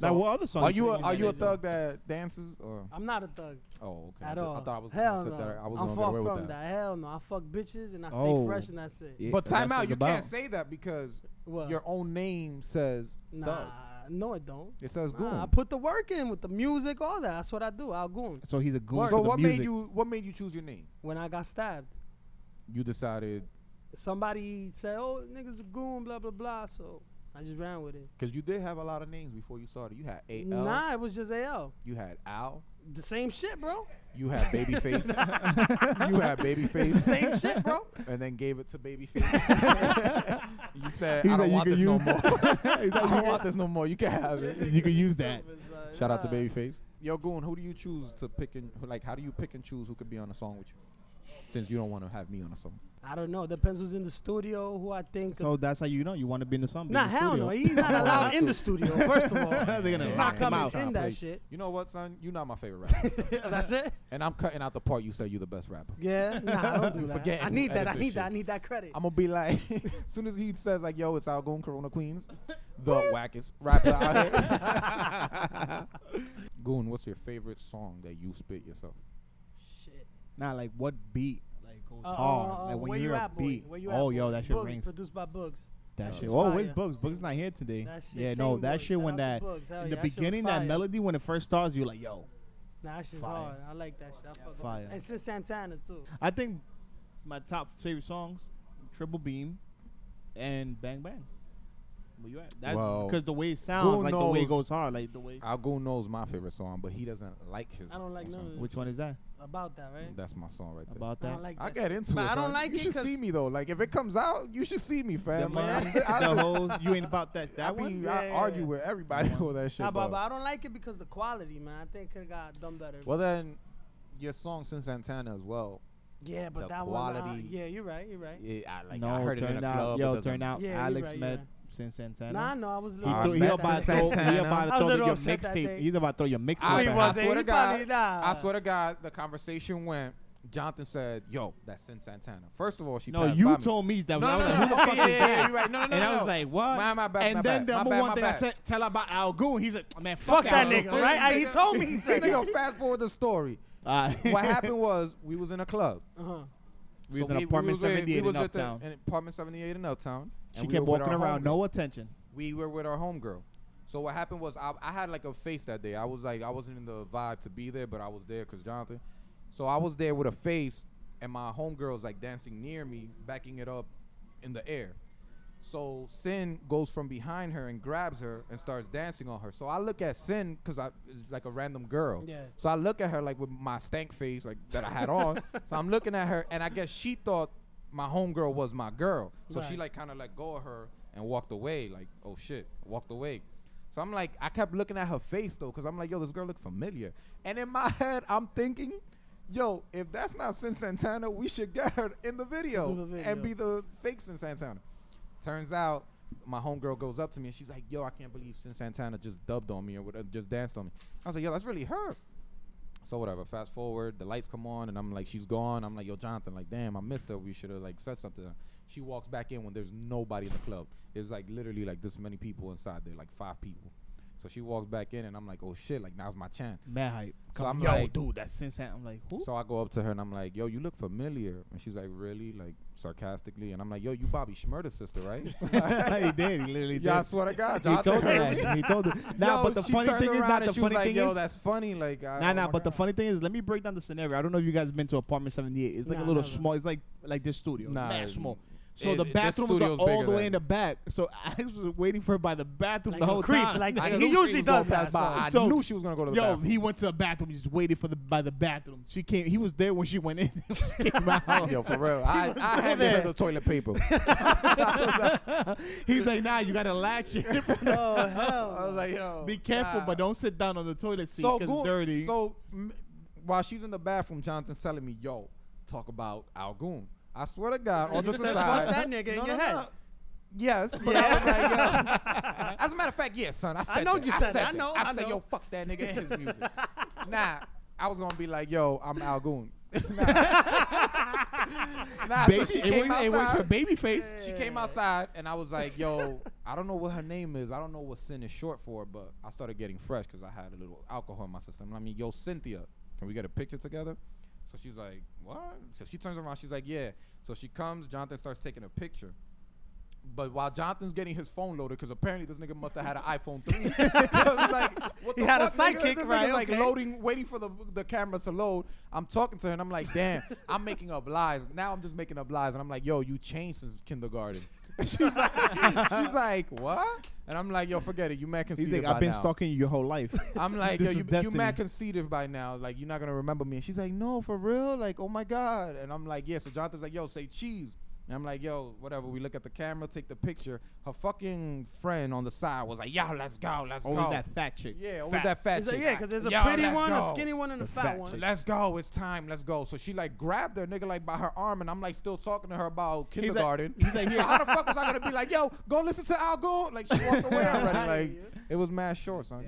now, what other songs? Are you do a, are you a do? thug that dances or? I'm not a thug Oh, okay. I at ju- all. I thought I was Hell gonna no. sit there. I was I'm gonna far get away from with that. Hell no. I fuck bitches and I stay Oh. fresh and that's it. Yeah, But That's what time out. it's You about. can't say that because What? your own name says nah, thug. no, it don't. It says goon. Nah, I put the work in with the music, all that. That's what I do. I'll goon. So he's a goon. for so the what music. made you what made you choose your name? When I got stabbed, You decided somebody said, "Oh, niggas a goon," blah blah blah. So I just ran with it. because you did have a lot of names before you started. You had A L. Nah, it was just Al. You had Al. The same shit, bro. You had Babyface. you had It's the Babyface, same shit, bro. and then gave it to Babyface. you said, He "I said don't you want could this no use more. I don't want this no more. You can have it." You could use that. Shout out to Babyface. Yo, Goon, who do you choose to pick and who- like? How do you pick and choose who could be on a song with you? Since you don't want to have me on a song. I don't know. Depends who's in the studio, who I think. So that's how you know you want to be in the song. be in nah, the hell studio. no. He's not allowed in the studio. First of all, gonna he's lock not him coming out. in Play- that shit. You know what, son? You're not my favorite rapper, That's it. and I'm cutting out the part you said you're the best rapper. Yeah, nah, don't do that. Forgetting I who need that. I edits this need that. I shit. need that credit. I'm gonna be like, as soon as he says like, "Yo, it's Al Goon, Corona Queens," the wackest rapper out here. Goon, what's your favorite song that you spit yourself? shit. Nah, like what beat? Like goes Uh, uh, uh, hard. Like where when you you're a at, boy? beat. Where you at, Oh, boy? yo, that shit Bugs, rings. Produced by Bugs. That shit. is Oh, fire. where's Bugs? Bugs not here today. That shit, Yeah, no, same that Bugs. shit Shout when out to that Bugs. Hell in yeah, the that shit was beginning that fire. melody when it first starts, you're like, yo. Nah, that shit's Fire. hard. I like that shit. I fuck with Fire. that. And since Santana too. I think my top favorite songs, Triple Beam, and Bang Bang. Where you at? That, Well, because the way it sounds, who like the way it knows? goes hard, like the way. Al Goon knows my favorite song, but he doesn't like his. I don't like own none song. of it. Which one is that? About that, right? That's my song right there. About I that? don't like that. I shit. get into But it. I don't son. like you it should 'cause- see me though. Like if it comes out, you should see me, The fam. Like, man- I, sit- I- the whole you ain't about that. I That be one. I Yeah. argue with everybody with that shit. Nah, but, dog. but I don't like it because the quality, man. I think it got done better. Well then, your song since Santana as well. yeah, but the that one. uh, quality- yeah, you're right. You're right. Yeah, I, like no, I heard it turn in a out, club. it yo, doesn't- turn out. Yeah, you're Alex right, met you're since Santana. Nah, no, I was a little. I He, threw, he met about to Santana. throw, he about I to was throw a little your upset that mixtape. day. He's about to throw your mixtape. I, He back. I wasn't. swear to He probably God, died. I swear to God, the conversation went. Jonathan said, "Yo, that's Sin Santana." First of all, she No, passed you by me. told me that. No, when no, I was no, like, no. who the fuck Okay, yeah, is yeah, yeah, that? you're right. No, no, no, And I no. was like, what? My- my bad, and my bad, then the my number bad, one my thing I bad. said, tell her about Al Goon. He's like, man, Fuck fuck, that Al Goon. nigga, right? I- He told me. He said. This nigga fast forward the story. All right. What happened was we was in a club. Uh-huh. We was in apartment with- 78 in was at the- Uptown. in apartment 78 in Uptown. She and we kept were with walking our around, homegirl. no attention. We were with our homegirl. So what happened was I, I had like a face that day. I was like I wasn't in the vibe to be there, but I was there because Jonathan. So I was there with a face, and my homegirl's like dancing near me, backing it up in the air. So Sin goes from behind her and grabs her and starts dancing on her. So I look at Sin because I it's like a random girl. Yeah. So I look at her like with my stank face like that I had on. so I'm looking at her and I guess she thought my homegirl was my girl. So she Right. like kind of let go of her and walked away. Like oh shit, walked away. So I'm like I kept looking at her face though because I'm like yo this girl look familiar. And in my head I'm thinking. Yo, if that's not Sin Santana, we should get her in the video, the video. and be the fake Sin Santana. Turns out my homegirl goes up to me and she's like, "Yo, I can't believe Sin Santana just dubbed on me or whatever, just danced on me." I was like, "Yo, that's really her." So whatever. Fast forward, the lights come on, and I'm like, "She's gone." I'm like, "Yo, Jonathan, like, damn, I missed her. We should have like said something." She walks back in when there's nobody in the club. There's like literally like this many people inside there, like five people. So she walks back in, and I'm like, "Oh shit! Like now's my chance." Mad hype. So Come- I'm yo, like- dude, that's since I'm like, who? So I go up to her and I'm like, "Yo, you look familiar," and she's like, "Really?" Like sarcastically, and I'm like, "Yo, you Bobby Schmurda's sister, right?" he did. He literally Yeah, I did. swear to God, He Jonathan told her heard me. that. He told her. Nah, Yo, but the she funny turned thing is around not and the she was funny like, thing Yo, is. that's funny. Like, I, Nah, oh nah. my But the God. funny thing is, let me break down the scenario. I don't know if you guys been to apartment 78. It's like Nah, a little never. small. It's like like this studio. Nah, mad it- small. So it- the it- this bathrooms are studio's all bigger the way than- in the back. So I was waiting for her by the bathroom Like the a whole creep, time. like I he knew she usually was does gonna that, pass by. so- I knew she was gonna go to the Yo, bathroom. he went to the bathroom. He just waited for the by the bathroom. She came. He was there when she went in. She came out. Yo, for real. I, I had there. him the toilet paper. He's like, nah, you gotta latch it. Oh hell. I was like, yo, Be careful, nah. but don't sit down on the toilet seat So 'cause Goon- dirty. So m- while she's in the bathroom, Jonathan's telling me, "Yo, talk about Al Goon." I swear to God, all You just said, aside, "Fuck that nigga" in your head. Yes, but I was like, yo. As a matter of fact, yes, son. I said know that. you I said that. I that. know, I, I said, know. yo, fuck that nigga and his music. nah, I was gonna be like, yo, I'm Al Goon. Nah. Nah, so Baby, she it, came works, it works for outside. babyface. She came outside, and I was like, "Yo, I don't know what her name is. I don't know what sin is short for." But I started getting fresh because I had a little alcohol in my system. And I mean, "Yo, Cynthia, can we get a picture together?" So she's like, "What?" So she turns around. She's like, "Yeah." So she comes. Jonathan starts taking a picture. But while Jonathan's getting his phone loaded, because apparently this nigga must have had an iPhone 3. 'Cause it's like, what He the had a fuck, nigga? sidekick, This nigga's, right, like okay. loading, waiting for the, the camera to load. I'm talking to her and I'm like, damn, I'm making up lies. Now I'm just making up lies. And I'm like, yo, you changed since kindergarten. she's, like, she's like, what? And I'm like, yo, forget it. You mad He's conceited like, by I've been now. stalking you your whole life. I'm like, This yo, is you, you destiny. mad conceited by now. Like, you're not gonna remember me. And she's like, no, for real. Like, oh my god. And I'm like, yeah. So Jonathan's like, yo, say cheese. And I'm like, yo, whatever. We look at the camera, take the picture. Her fucking friend on the side was like, yo, let's go, let's Always go. Oh, that fat chick. yeah, always that fat It's like, chick. yeah, because there's a Yo, pretty let's one, go. a skinny one, and a The fat, fat one. chick. Let's go. It's time. Let's go. So she like grabbed her nigga like by her arm, and I'm like still talking to her about like- kindergarten. he's like, so how the fuck was I gonna be like, yo, go listen to Al Gore? Like she walked away already. Like it was mad short, son.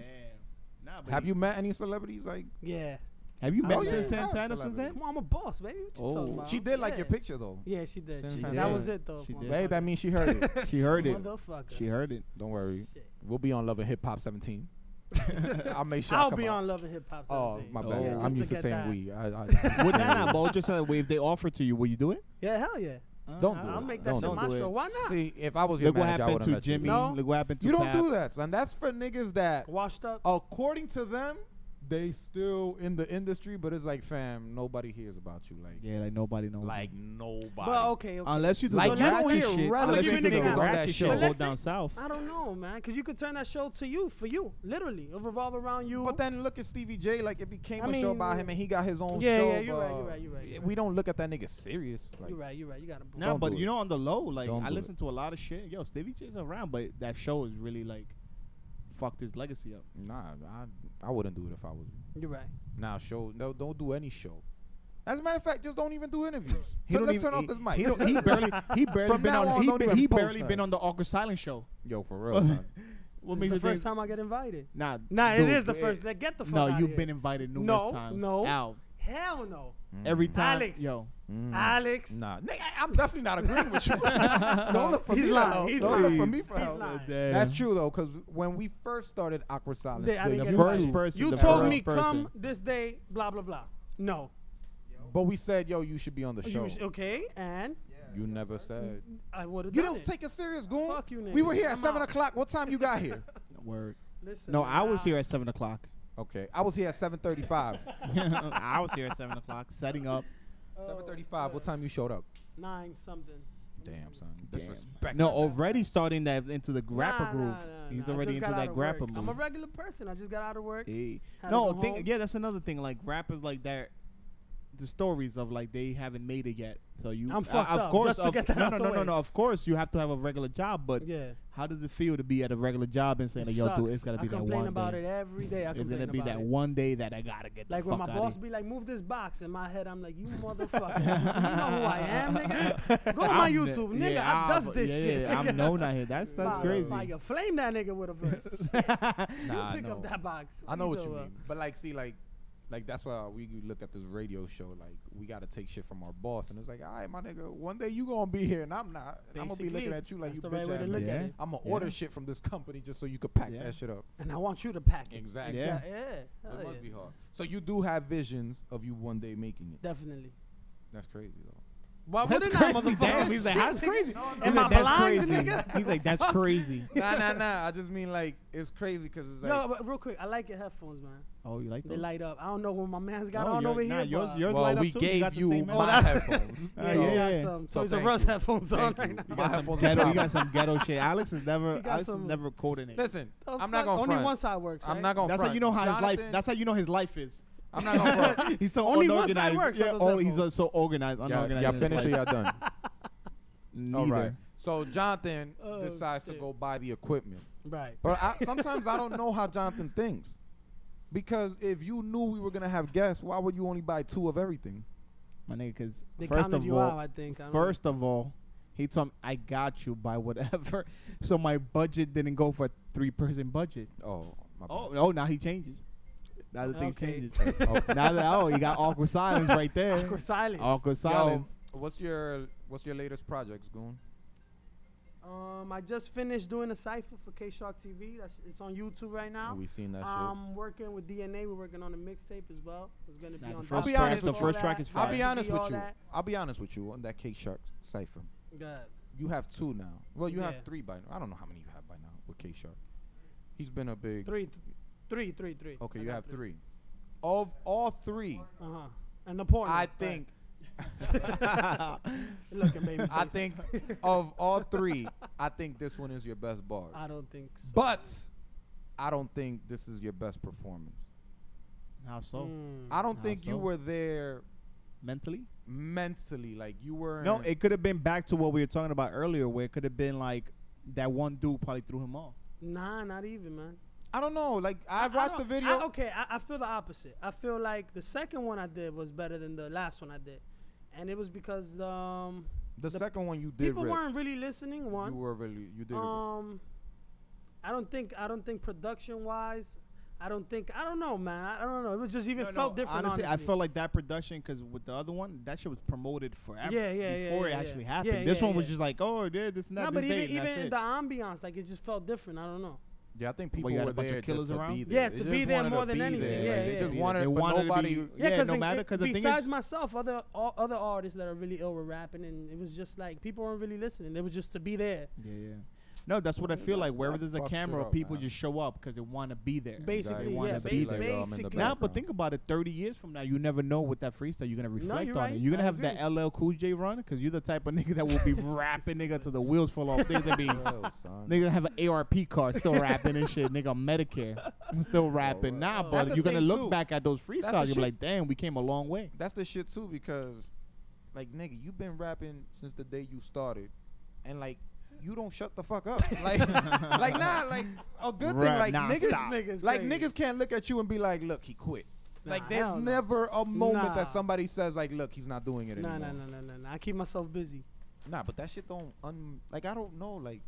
Have you met any celebrities like? Yeah. Have you Oh, met yeah, since yeah, yeah, Santana since celebrity. then? Come on, I'm a boss, baby. What you talking about? She did like your Yeah. picture though. Yeah, she did. Since She I did. That did. was it, though. She did. Hey, that means she heard it. She heard it. Motherfucker. She heard it. Don't worry. Shit. We'll be on Love and Hip Hop 17. I'll make sure. I I'll come be out. on Love and Hip Hop Oh, 17. my Oh, bad. yeah, I'm just used to to get saying that. we. I, I, Would that not, but just uh, if they offer to you, will you do it? Yeah, hell yeah. Don't do I'll it. make that Don't shit do my it. show. Why not? See, if I was your Look what manager, I happened wouldn't to let you. Jimmy. No. Look what happened to You don't Pap. do that, son. That's for niggas that, Washed up. according to them, they still in the industry, but it's like, fam, nobody hears about you. Like, Yeah, like nobody knows. like nobody. But okay, okay. unless you do Like, some you don't ratchet hear shit, relevant unless you do niggas some on that ratchet show. shit, But go let's down say- south. I don't know, man, because you could turn that show to you for you, literally. It'll revolve around you. But then look at Stevie J. Like, it became I a show mean, about him, and he got his own yeah, show. yeah, you're but right, you're right, you're right, you're We don't look at that nigga serious. Like, you're right, you're right. You got to. No, Don't but do you it. know, on the low, like Don't I do listen to a lot of shit. Yo, Stevie J's around, but that show is really like fucked his legacy up. Nah, I, I wouldn't do it if I was you. You're right. Nah, show. No, don't do any show. As a matter of fact, just don't even do interviews. He so don't let's even- turn off he- this mic. He, don't, he barely, he barely From been now on. on, he don't ba- even he post barely that. been on the awkward silence show. Yo, for real. son. What This makes is the you first think? time I get invited. Nah, Nah, dude, it is the yeah. first. Like, get the fuck No, outta you've here. been invited numerous No, times. no. Al, Hell no, every time. Alex. Yo, Alex. Mm, nah, nigga, I- I'm definitely not agreeing with you. don't look for He's me lying. For help. He's don't lying. look for me for He's help. lying. That's true though, because when we first started Awkward Silence, They- I the didn't get The you- invited. first person. You the told first me person. come this day, blah blah blah. No. but we said, yo, you should be on the You oh, show. was- okay, and You never said. I would have You done don't it. take it serious, goon. Fuck you, We nigga. were here I'm at seven out. o'clock. What time you got here? Word. Listen, No, man, I was here at seven o'clock. okay, I was here at seven thirty-five. I was here at seven o'clock, setting up. Oh. seven thirty-five. What time you showed up? nine something. Damn, son. Disrespect. No, already starting that into the rapper Nah, nah, groove. nah, He's nah. I already just into got out that of work. rapper move. I'm a regular person. I just got out of work. Hey. Had to No, go home. think, yeah, that's another thing. Like rappers, like that, the stories of like they haven't made it yet. So you, I'm uh, fucked of up, course, just to of- get that no, out no, the no, no, way. no. Of course, you have to have a regular job, but Yeah. how does it feel to be at a regular job and saying, It like, "Yo, dude, sucks. it's gotta I be that complain one about day. it every day. I It's complain gonna be about that it. one day that I gotta get." the Like when my fuck outta boss here." be like, "Move this box," in my head I'm like, "You motherfucker, you know who I am, nigga. Go on my I'm the- YouTube, nigga. yeah, I I'm- does this yeah, shit. yeah, nigga. I'm known out here. That's that's crazy. Motherfucker, Flame that nigga with a verse. Nah, you pick no. up that box. I know what you doing? mean. But like, see, like, like that's why we we look at this radio show. Like, we gotta take shit from our boss, and it's like, all right, my nigga, one day you gonna be here, and I'm not. And I'm gonna be looking Basically, at you like that's you the bitch right way to ass. look nigga. at Yeah. it. I'm gonna Yeah. order shit from this company just so you could pack Yeah. that shit up. And I want you to pack it. Exactly. Yeah. Yeah, yeah. It Oh, hell must yeah. be hard. So you do have visions of you one day making it. Definitely. That's crazy though. Why That's wouldn't I, crazy, motherfucker? damn. He's like, "That's Shit, crazy." nigga. He's Am I like, "That's blind, crazy." nigga? He's like, "That's crazy." nah, nah, nah. I just mean like it's crazy because it's like Yo, but real quick, I like your headphones, man. Oh, you like They that? light up. I don't know what my man's got No, on your- over nah, here. yours- but- yours- light well, up we too. You gave got the you, same my headphones. Yeah, Yeah, you got yeah. some. So, So he's a thank Russ you. headphones on Thank right you. now. My headphones. are ghetto. You popping. got some ghetto shit. Alex is never. got Alex is some- never coordinated. Listen, The I'm fuck? not gonna Only front. one side works. I'm right? not gonna That's how front. you know how his life. Jonathan- That's how you know his life is. I'm not gonna front. He's so Only one unorganized. side works on yeah, those oh, he's uh, headphones. so organized. Y'all, Unorganized. y'all in his finish or life. y'all done? All Neither. right. So Jonathan Oh, decides to shit. go buy the equipment, Right. but I, sometimes I don't know how Jonathan thinks, because if you knew we were gonna have guests, why would you only buy two of everything? My nigga, because They first counted of you all, out, I think. I don't know. first of all, he told me I got you by whatever. So my budget didn't go for three person budget. Oh, my bad. Oh, oh, now he changes. Now the thing Okay. changes. now that oh, he got awkward silence right there. Awkward silence. Awkward Yo, silence. What's your What's your latest projects, Goon? Um, I just finished doing a cipher for K Shark TV. That's it's on YouTube right now. We seen that shit. I'm working with DNA. We're working on a mixtape as well. It's gonna be Nah, the on. first I'll be Dr. honest Dre, with all you. first track that. is I'll fire. be All honest with you. that. I'll be honest with you on that K Shark cipher. God. You have two now. Well, you Yeah. have three by now. I don't know how many you have by now with K Shark. He's been a big. Three, th- three, three, three. Okay, I you got have three. Of all three, Uh huh. And the porn. I think Looking baby. I face. think of all three, I think this one is your best bar. I don't think so. But I don't think this is your best performance. How so? Mm. I don't How think you so? were there Mentally? mentally. Like you were No, it could have been back to what we were talking about earlier, where it could have been like that one dude probably threw him off. Nah, not even, man. I don't know. Like I I watched the don't- video. I, okay, I, I feel the opposite. I feel like the second one I did was better than the last one I did, and it was because um the, second one you did people rip. weren't really listening. One, You were really you did rip. um, I don't think I don't think production wise, I don't think I don't know, man. I, I don't know. It was just even felt different. Honestly, I felt like that production because with the other one, that shit was promoted forever. Yeah, yeah, yeah, Before yeah, it yeah. actually Yeah, happened, yeah, this one was yeah. just like, oh, yeah, this and that. no, this but day, and even that's even it. the ambiance, like it just felt different. I don't know. Yeah, I think people you had a were bunch of there killers just around? to be there. Yeah, They to just be there wanted to more than be anything. there. Yeah, Like, They yeah, just yeah. wanted, They but wanted to nobody. be- Yeah, Yeah, because no matter, 'cause the thing is- besides myself, other all, other artists that are really ill were rapping, and it was just like people weren't really listening. They were just to be there, Yeah, yeah. No, that's what I feel like. Wherever there's a fucks it camera, up, people man. just show up because they want to be there. basically. wanted Yeah, to ba- be there. basically. Now, but think about it. Thirty years from now, you never know what that freestyle you're gonna reflect you're on right. it. You're gonna I have that LL Cool J run because you're the type of nigga that will be rapping nigga till the wheels fall off. Things that be nigga have an ARP card still rapping and shit. Nigga on Medicare I'm still rapping. Nah, That's but the you're gonna thing, look too. back at those the freestyles. You'll shit. be like, damn, we came a long way. That's the shit too, because like nigga, you've been rapping since the day you started, and like. You don't shut the fuck up, like, like nah, like a good thing, Right, like nah, niggas, stop. This nigga's like crazy. niggas can't look at you and be like, look, he quit. like Nah, there's hell no. never a moment Nah. that somebody says like, look, he's not doing it Nah, anymore. nah, nah, nah, nah, nah. I keep myself busy. Nah, but that shit don't un like I don't know like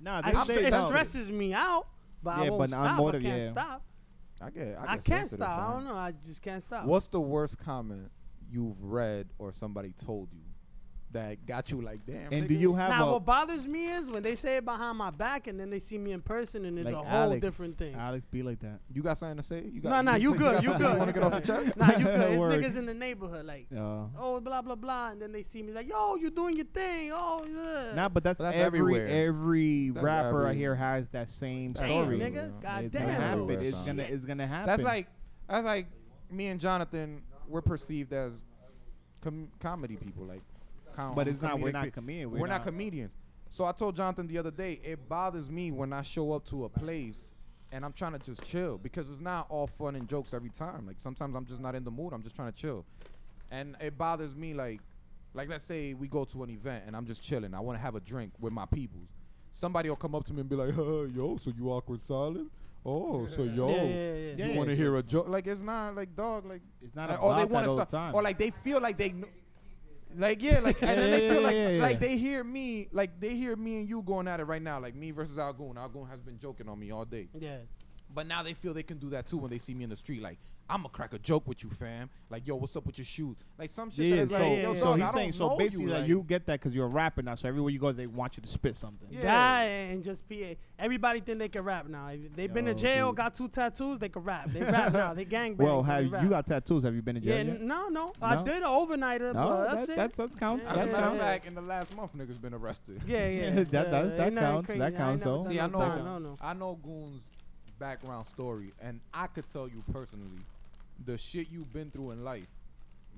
Nah, I, they I'm say it no. stresses me out, but I Yeah, won't but I'm stop. I motiv- can't yeah. stop. I get I, I, get can't sensitive, stop. I man. don't know. I just can't stop. What's the worst comment you've read or somebody told you that got you like damn? And nigga, do you have Now, a what bothers me is when they say it behind my back and then they see me in person and it's like a whole Alex, different thing. Alex be like that. you got something to say? You got No, no, you got good. You something good. You want to you get off your good. chest? Nah, you good. Word. It's niggas in the neighborhood like, Uh, oh, blah, blah, blah. And then they see me like, yo, you doing your thing. Oh, yeah. Nah, but that's, But that's every everywhere. every That's rapper everywhere. out here has that same Damn, story. nigga. Yeah, God it's damn. gonna happen. Everywhere, It's son. gonna it's gonna happen. That's like that's like me and Jonathan. We're perceived as com- comedy people, like. Com- but it's not. We're comedic not pe- comedian. We're, not, comedians. So I told Jonathan the other day, it bothers me when I show up to a place and I'm trying to just chill because it's not all fun and jokes every time. Like sometimes I'm just not in the mood. I'm just trying to chill, and it bothers me like, like let's say we go to an event and I'm just chilling. I want to have a drink with my peoples. Somebody will come up to me and be like, "Huh, yo, so you awkward silent? Oh, so yo, yeah, yeah, yeah. Yeah, you yeah, want to it's hear a jokes. joke? Like it's not like dog. Like It's not like, about or they that want all to the stop, time. or like they feel like they, kn- like yeah, like and then Yeah, they yeah, feel yeah, like yeah, yeah. like they hear me, like they hear me and you going at it right now, like me versus Algoon. Algoon has been joking on me all day, Yeah. but now they feel they can do that too when they see me in the street. Like I'ma crack a joke with you, fam. Like yo, what's up with your shoes? Like some shit. Yeah, that is so, like, yeah, yo, dog, yeah. so I he's don't saying know so basically you, that like- you get that because you're a rapper now. So everywhere you go, they want you to spit something. Yeah. That and just PA. Everybody think they can rap now. If they've been in Yo, jail, dude. got two tattoos, they can rap. They rap now. They gangbang. Well, so have they you rap. got tattoos? Have you been in Yeah, jail? n- yet? no, no. I No? did an overnighter, no, but that's that, it. that's that's counts. Yeah, As a matter That's yeah, counts. of yeah. fact, in the last month, niggas been arrested. yeah, yeah. That- that's- yeah, that ain't nothing counts. That crazy. I ain't counts, never though. done See, I no know, time. No, no. I know Goon's background story, and I could tell you personally, the shit you've been through in life,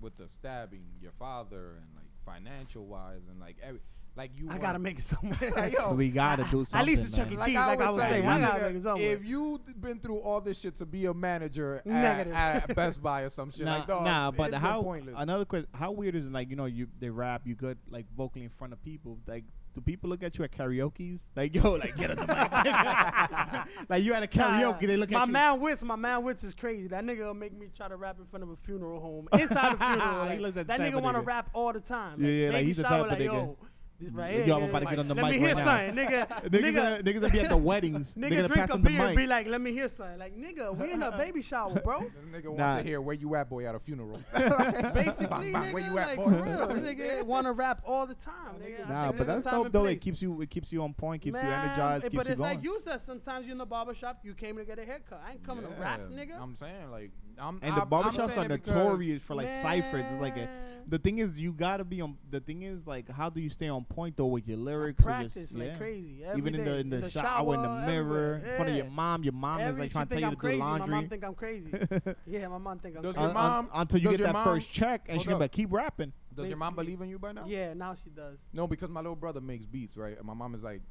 with the stabbing, your father, and like financial wise, and like every, like you. I weren't- gotta make it somewhere. Like, yo, We gotta do something. At least it's Chuck E. man. Cheese, like I was tell saying. you, I nigga, gotta make it somewhere. if you d- been through all this shit to be a manager at, Negative. at Best Buy or some shit, Nah, like dog, nah, but it's been how? pointless. Another question: How weird is it? Like you know, you they rap, you good, like vocally in front of people. Like, do people look at you at karaoke's? Like, yo, like get on the mic. like you at a karaoke, they look my at you. man Witz, my man Witz is crazy. That nigga will make me try to rap in front of a funeral home. Inside the funeral He home. looks like, at that the type nigga of want to nigga. rap all the time. Yeah, yeah, like, baby he's the shower, type of like, nigga. yo, right here. Yo, I'm nigga. about to get on the Let mic me hear right now. something, nigga. Niggas, gonna- niggas gonna be at the weddings. They're Nigga gonna drink pass a them the beer and be mic. like, let me hear something. Like, nigga, we in a baby shower, bro. This nigga wants Nah. to hear where you at, boy, at a funeral. Basically, Bang, nigga, bang, where you at, like, boy? for real. nigga want to rap all the time, nigga. I Nah, think but there's that's a time dope and though. place. It keeps you, it keeps you on point, keeps you Man, energized, it- keeps But you it's going. like you said, sometimes you're in the barber shop, you came to get a haircut. I ain't coming to rap, nigga. I'm saying like I'm and I'm- the I'm barbershops saying are it because- notorious for like ciphers. It's like a, Man. the thing is you gotta be on. The thing is like how do you stay on point though with your lyrics? or your s- practice like yeah. crazy. every Even in the day, in the, shower, in the mirror, everywhere. in front of your Yeah. mom. Your mom Every- is she like trying to think tell I'm you to crazy. do My laundry. mom think I'm crazy. yeah, my mom think I'm Does crazy. Uh, your Un- un- mom- until you does get your that mom- first check, and Hold she's gonna be up. like, keep rapping. Does your mom basically- believe in you by now? yeah, now she does. No, because my little brother makes beats, right? And my mom is like,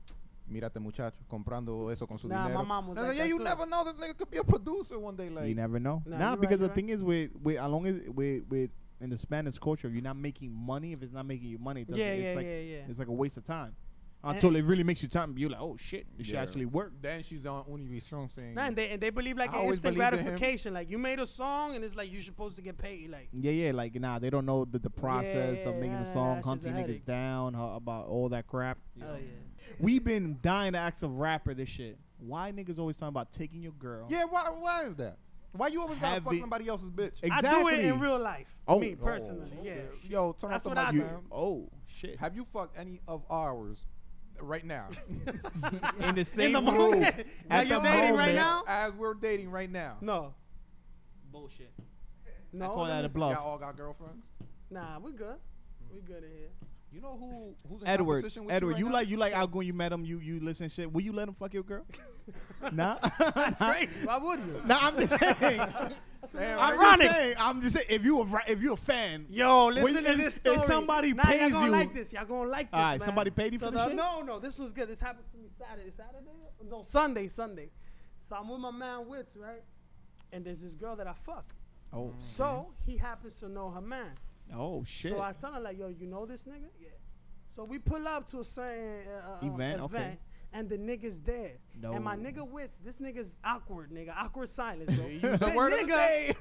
mira este muchacho comprando eso con su Nah, my dinero. mom was And I like yeah, that you too. never know. This nigga could be a producer one day. Like, you never know. Nah, Nah, you're right, because you're the right. thing is with with as long as with with in the Spanish culture, if you're not making money, if it's not making you money, it doesn't- Yeah, it's yeah, like yeah, yeah. it's like a waste of time. Until it really makes you time, you're like, oh shit, this shit Yeah. actually worked. then she's on Univision saying, Nah, and they and they believe like I in always instant believed in him. gratification. Like you made a song and it's like you're supposed to get paid. Like Yeah, yeah, like nah, they don't know the, the process yeah, of making nah, a nah, song, that's just a hunting headache. niggas down, ho- about all that crap. oh yeah, We've been dying to ask a rapper this shit. Why niggas always talking about taking your girl? yeah, why, why is that? Why you always gotta Have fuck the- somebody else's bitch? I do exactly. it in real life. Oh. me Oh, personally, yeah. Yo, turn off That's the what mic, I do. man. Oh shit! Have you fucked any of ours right now? In the same the room. moment. While At you're the dating moment. right now? As we're dating right now. No, Bullshit. no. Call let that a me- Y'all bluff. all got girlfriends? Nah, we good. We good in here. You know who who's in Edward, competition with Edward, you, right you, now? like you like outgoing. You met him. You you listen shit. Will you let him fuck your girl? nah, That's crazy. Why would you? nah. I'm just saying. Damn, I'm Ironic. just saying. I'm just saying. If you a ra- if you a fan, Yo, When- listen to if- this if story. somebody nah, y'all pays gonna you- like this. Y'all gonna like this. Alright, man. somebody paid you So for this the- shit? No, no, this was good. This happened to me Saturday. Saturday? No, Sunday. Sunday. So I'm with my man Witz, right? And there's this girl that I fuck. oh So he happens to know her man. oh shit. So I tell her like, yo, you know this nigga? Yeah. So we pull up to a certain uh, uh, Event, event, okay. and the nigga's there. And my No. nigga Witz, this nigga's awkward, nigga. Awkward silence, bro. Use the word of the day.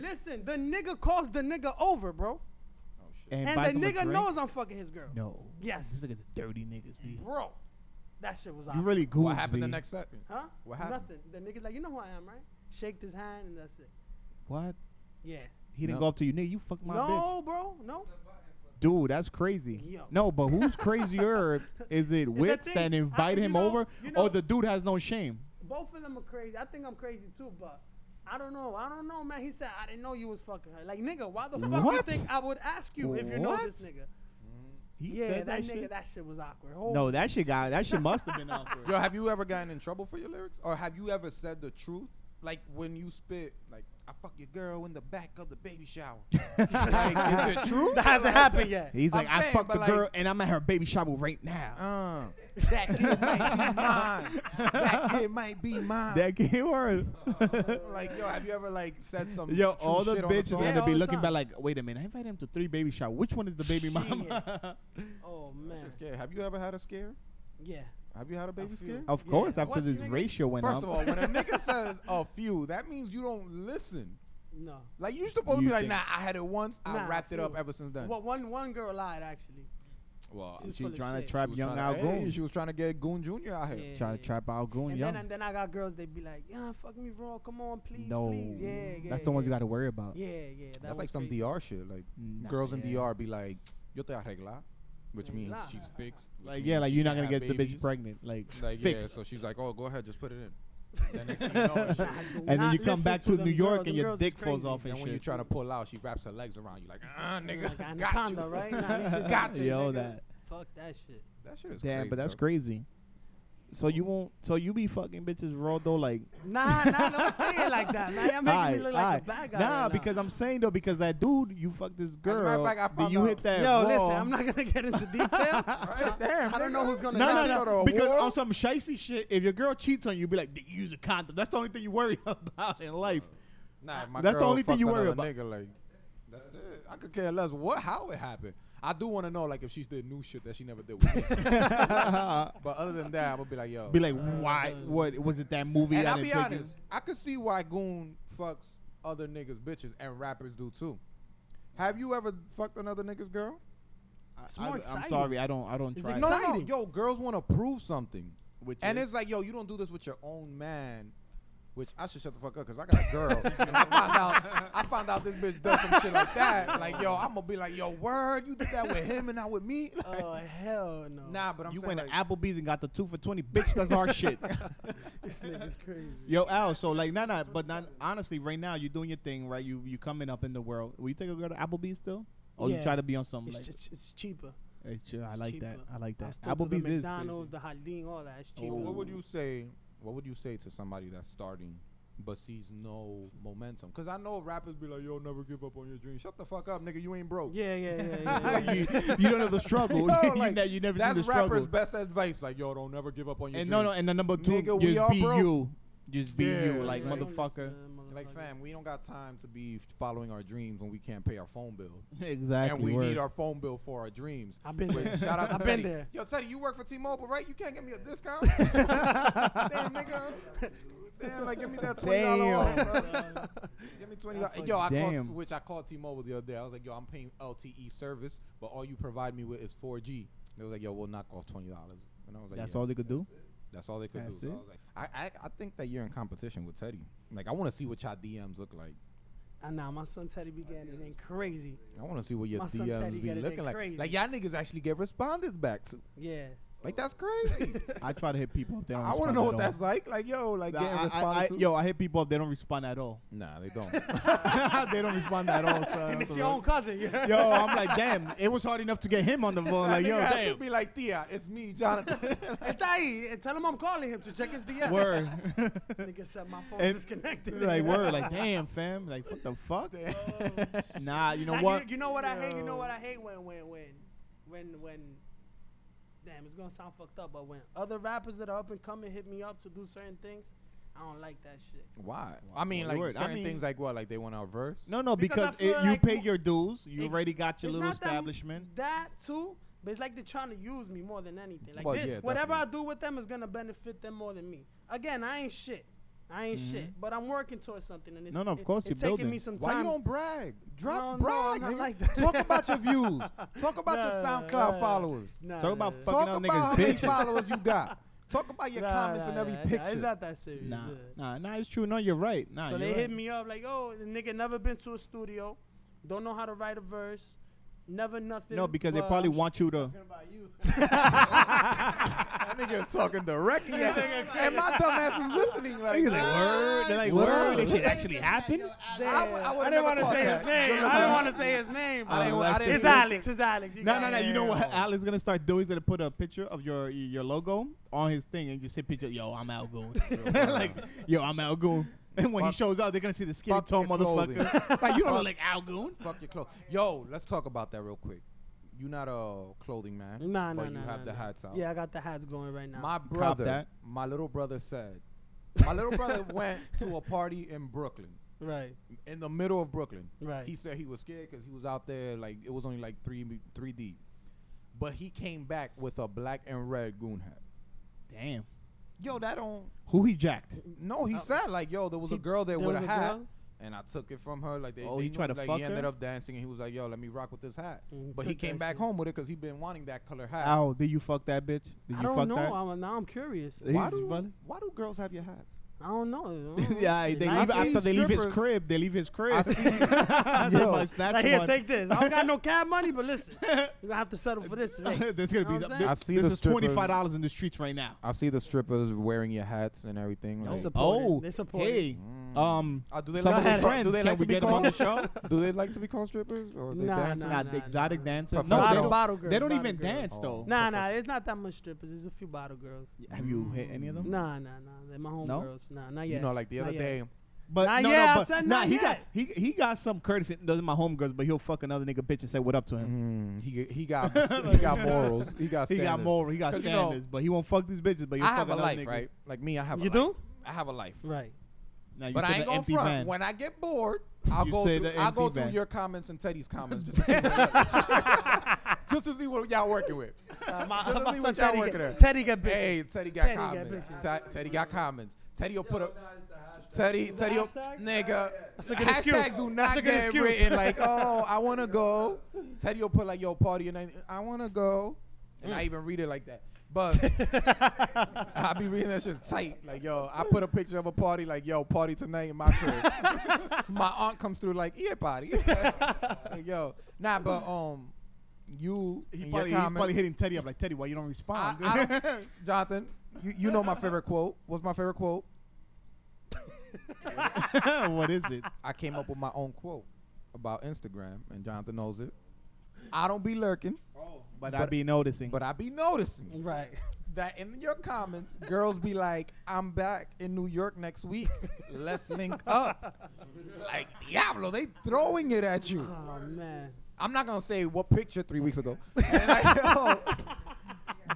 listen, the nigga calls the nigga over, bro. Oh, And, buys him the a nigga drink? knows I'm fucking his girl. No. Yes. This nigga's dirty niggas. B. Bro. That shit was You awkward. really goons. What happened the B. next second? Huh? What happened? Nothing. The nigga's like, you know who I am, right? Shaked his hand and that's it. What? Yeah. He didn't No. go up to you, nigga. You fuck my no, bro. No. bitch, dude. That's crazy. Yo. No, but who's crazier? is it the Wits thing, that I- invite you him know- over, you know- or the dude has no shame? Both of them are crazy. I think I'm crazy too, but I don't know. I don't know, man. He said, I didn't know you was fucking her. Like, nigga, why the fuck What? you think I would ask you if you know What? this nigga? He Yeah, said that, that, nigga, shit? that shit was awkward. Holy no, that shit got that shit must have been awkward. Yo, have you ever gotten in trouble for your lyrics, or have you ever said the truth? Like when you spit, like I fuck your girl in the back of the baby shower. like, is it true? That hasn't happened yet. He's I'm like, I saying, fucked but the girl like- and I'm at her baby shower right now. Uh, that kid might be mine. That kid might be mine. that kid word. like, yo, have you ever like said some? true Yo, all the shit on a bitches song? are Yeah, gonna all be the looking time. back like, wait a minute, I invited him to three baby showers. Which one is the baby mama? Oh, man. Shit, Have you ever had a scare? Yeah. Have you had a baby scare? of Yeah. course, after What's this nigga- ratio went First up. of all, when a nigga says a few, that means you don't listen. No. Like you supposed to You be like, think- nah, I had it once. Nah, I wrapped it up few. ever since then. Well, one, one girl lied, actually. Well, She was she full of trying shit. to trap was young tryna- Al hey, Goon. She was trying to get Goon Jr. out here. Yeah, Trying to yeah. trap Al Goon And young. then, and then I got girls. They be like, "Yeah, fuck me raw. Come on, please, no, please." Yeah, yeah. that's the ones you yeah. got to worry about. Yeah, yeah. That That's was like some crazy. DR shit. Like Nah, girls in yeah. DR be like, "Yo te arregla," which means Arregla. she's fixed. which Like means yeah, like she you're not can't gonna get have the bitch babies. pregnant. Like, Like fixed. yeah, so she's like, "Oh, go ahead, just put it in." Then next thing you know, it's- Nah, do And then not you come listen back to New them girls. York Them and your girls is dick falls crazy. off and then when you shit. try to pull out, she wraps her legs around you like, "Ah, nigga, Like got anaconda, you." right? Nah, these Got bitches- you, Yo, nigga. that Fuck that shit. That shit is damn, crazy, but that's bro. crazy. So you won't. So you be fucking bitches raw though, like Nah, nah, don't say it like that. Nah, you're making me Aight, look like a aight. bad guy. Nah, right now. because I'm saying though, because that dude, you fucked this matter of girl. fact, I then found you out- hit that. Yo, raw. listen, I'm not gonna get into detail. Right? Damn, I don't know nigga. who's gonna No, die. Go no, to no. a Because war? on some shicey shit, if your girl cheats on you, be like, "Did you use a condom. That's the only thing you worry about in life. Nah, if my That's the girl only thing fucks you worry another about. Nigga, like, that's it. I could care less what how it happened. I do want to know like if she did new shit that she never did. With me. but other than that, I would be like, yo, Be like, why? What was it? That movie? and that I'll it be took you- honest, I could see why Goon fucks other niggas' bitches and rappers do too. Have you ever fucked another nigga's girl? It's more I, am exciting. sorry, I don't. I don't It's try. No, exciting. no, it, no, Exciting. yo, girls want to prove something, which and is- it's like, yo, you don't do this with your own man. Which I should shut the fuck up because I got a girl. and I found out, I found out this bitch does some shit like that. Like, yo, I'm gonna be like, yo, word, you did that with him and not with me. Like, Oh hell no. nah, but I'm Uh, you saying went like- to Applebee's and got the two for twenty. Bitch, that's our shit. this nigga's crazy. Yo, Al. So like, nah, nah. But not honestly, right now you're doing your thing, right? You you coming up in the world. Will you take a girl to Applebee's still? Or Yeah. you try to be on some It's like, just it's cheaper. it's ju- I it's like that. cheaper. I like I that. still do the Applebee's is McDonald's, crazy. Oh. the Haldin, all that. It's cheaper. What would you say? What would you say to somebody that's starting but sees no momentum? Because I know rappers be like, "Yo, never give up on your dream." Shut the fuck up, nigga. You ain't broke. Yeah, yeah, yeah, yeah. yeah. Like, you, you don't know the struggle. Yo, you, like, ne- you never seen That's the rappers' struggle. best advice. Like, yo, don't never give up on your And dreams. no, no. And the number two, Nigga, we all just be broke. you. Just be Yeah, you, like yeah. motherfucker. like, fam, we don't got time to be following our dreams when we can't pay our phone bill, Exactly. and we word. need our phone bill for our dreams. I've been Wait, there. shout out to I've been Teddy. there. Yo, Teddy, you work for T-Mobile, right? You can't give me a discount. Damn, nigga. Damn, like give me that twenty dollars. Give me twenty dollars. Yo, I Damn. called, which I called T-Mobile the other day. I was like, yo, I'm paying LTE service, but all you provide me with is 4G. They was like, yo, we'll knock off twenty dollars. And I was like, That's yeah, all they could do. That's all they could That's do. So I, it? was like, I, I, I think that you're in competition with Teddy. Like, I want to see what y'all DMs look like. Ah, nah, my son Teddy began it ain't crazy. I want to see what your My son Teddy DMs be got it looking like like. crazy. Like y'all niggas actually get responded back to. Yeah. Like that's crazy. I try to hit people up. They don't I want to respond know at what all. that's like. Like yo, like Nah, getting I- I- responded I- to. Yo, I hit people up. They don't respond at all. Nah, they don't. they don't respond at all. So And it's your own cousin. Yeah. Yo, I'm like, damn. It was hard enough to get him on the phone. Like, yo, Nigga has to damn. be like, Tia, it's me, Jonathan. And Teddy, and tell him I'm calling him to check his DM. Word. Nigga said my phone's And- disconnected. like, word. Like, damn, fam. Like, what the fuck? Nah, you know Nah, what? You, you know what I hate? You know what I hate when when when when when damn, it's gonna sound fucked up, but when other rappers that are up and coming hit me up to do certain things, I don't like that shit. Why? I mean, Well, like word. I certain mean- things like what? Like they want our verse? No, no, Because I because, feel it, you like pay mo- your dues. You Ex- already got your It's little not that m- establishment. That, too, but it's like they're trying to use me more than anything. Like Well, this, yeah, whatever I do with them is gonna benefit them more than me. Again, I ain't shit. I ain't shit, but I'm working towards something, and it's, Mm-hmm. No, no, of it- course it's you're taking building. me some Why you time. don't brag? No, no, Drop I'm brag. not nigga. like that. Talk about your views. Talk about your Nah, SoundCloud nah. followers. Nah, Talk nah, about nah. fucking Talk out about how niggas' many bitches. followers you got. Talk about your Nah, comments nah, in every nah, nah, picture. It's not that serious. Nah, yeah. nah, nah. It's true. No, you're right. Nah, So you're they right. hit me up like, "Oh, the nigga never been to a studio, don't know how to write a verse, never nothing." No, because they but probably I'm want you to. that nigga is talking directly. at and my dumb ass is listening. Like, They're like, word. They're like, What word. up? This shit actually happened. there. I would- I would've didn't never want to caught say that. his name. I didn't want to say his name. I didn't, I didn't It's Alex. It's Alex. You No, got no, it. no. You know what? Al is gonna start doing? He's gonna put a picture of your your logo on his thing and just hit picture. Yo, I'm Al Goon. like, yo, I'm Al Goon. And when Fuck- he shows up, they're gonna see the skinny fuck tall your clothing. motherfucker. like, you don't Fuck- look like Al Goon. Fuck your clothes. Yo, let's talk about that real quick. You not a clothing man. Nah, nah, but nah. you have nah, the nah. hats out. Yeah, I got the hats going right now. My brother, that. my little brother said, my little brother went to a party in Brooklyn, right, in the middle of Brooklyn. right. He said he was scared because he was out there like it was only like three three deep, but he came back with a black and red goon hat. Damn. Yo, that don't. Who he jacked? No, he said like, yo, there was a He- girl there, there with was a a hat, girl? and I took it from her. Like they, Oh, they he tried to like, fuck He ended her? up dancing, and he was like, yo, let me rock with this hat. And But he took came that back shit. home with it because he been wanting that color hat. Al, did you fuck that bitch? Did I you don't fuck know. that? I'm, now I'm curious. He's Why do, funny. why do girls have your hats? I don't know. I don't yeah, know. they I leave see- after they leave his strippers- crib. They leave his crib. Yo. Yo, Like, here, take this. I don't got no cab money, but listen, you're gonna have to settle for this. today. There's gonna Know be. what I'm th- saying? I This see the is strippers. twenty five dollars in the streets right now. I see the strippers wearing your hats and everything. Yo, like- sup- Oh, Supported. They supported. hey, um, Uh, do they some like of to his be- friends. do they can like to we be get him on the called? show? do they like to be called strippers or they Nah, dancers? nah, Nah, the exotic dancers. Professional. No, they Bottle, don't, bottle girls. they don't bottle even girls. dance Oh. though. Nah, nah, there's not that much strippers. There's a few bottle girls. Have you hit any of them? Nah, nah, nah. They're my homegirls. No? Nah, not You yet. know, like the Not other yet. day, But Not no, yet, I no, but said nah, not he yet. got he he got some courtesy. Those are my homegirls, but he'll fuck another nigga bitch and say what up to him. mm, he he got he got morals. He got He standards. got moral, he got 'Cause, you know, standards, but he won't fuck these bitches. But he'll I fuck have a another life, nigga. right? Like me, I have. You a life. do? I have a life. Right. Now, you But said I ain't the gonna empty front. van. When I get bored, I'll You go say through, the I'll go empty through van. your comments and Teddy's comments just to see what, just to see what y'all working with. my, Just my leave son it y'all Teddy working got, at. Teddy got bitches. Hey, Teddy got Teddy got comments. Te- Teddy got comments. Teddy will put up. Teddy, that Teddy, oh, hashtags? nigga. That's a good Hashtags excuse. do not That's a good get excuse. written like, oh, I want to go. Teddy will put like, yo, party and I, I want to go. And I even read it like that. But I be reading that shit tight. Like, yo, I put a picture of a party like, yo, party tonight in my crib. my aunt comes through like, yeah, party. like, yo, nah, but um, you He and probably, he's your comments, probably hitting Teddy up like Teddy, why you don't respond? I- I don't- Jonathan, you, you know my favorite quote. What's my favorite quote? what is it? I came up with my own quote about Instagram, and Jonathan knows it. I don't be lurking, But, I be noticing. but I be noticing Right. that in your comments, girls be like, "I'm back in New York next week. Let's link up." Like Diablo, they throwing it at you. Oh man. I'm not gonna say what picture three weeks ago, And I know.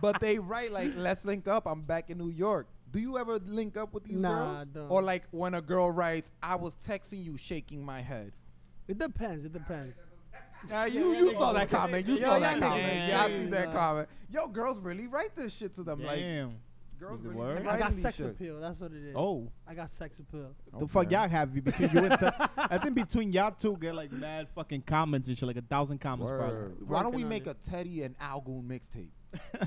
but they write like, "Let's link up. I'm back in New York." Do you ever link up with these Nah, I girls? don't. Or like when a girl writes, "I was texting you, shaking my head." It depends. It depends. Now you you saw that comment. You saw that yeah, comment. niggas Yeah, I crazy, see that man. comment. Yo, girls really write this shit to them. Like Damn. girls The really be word? I writing got these sex shit. appeal. That's what it is. Oh, I got sex appeal. the fuck Okay. y'all have between you and Te- I think between y'all two get like mad fucking comments and shit, like a thousand comments. Word. Probably. Why don't we Working on make it. a Teddy and Al Goon mixtape?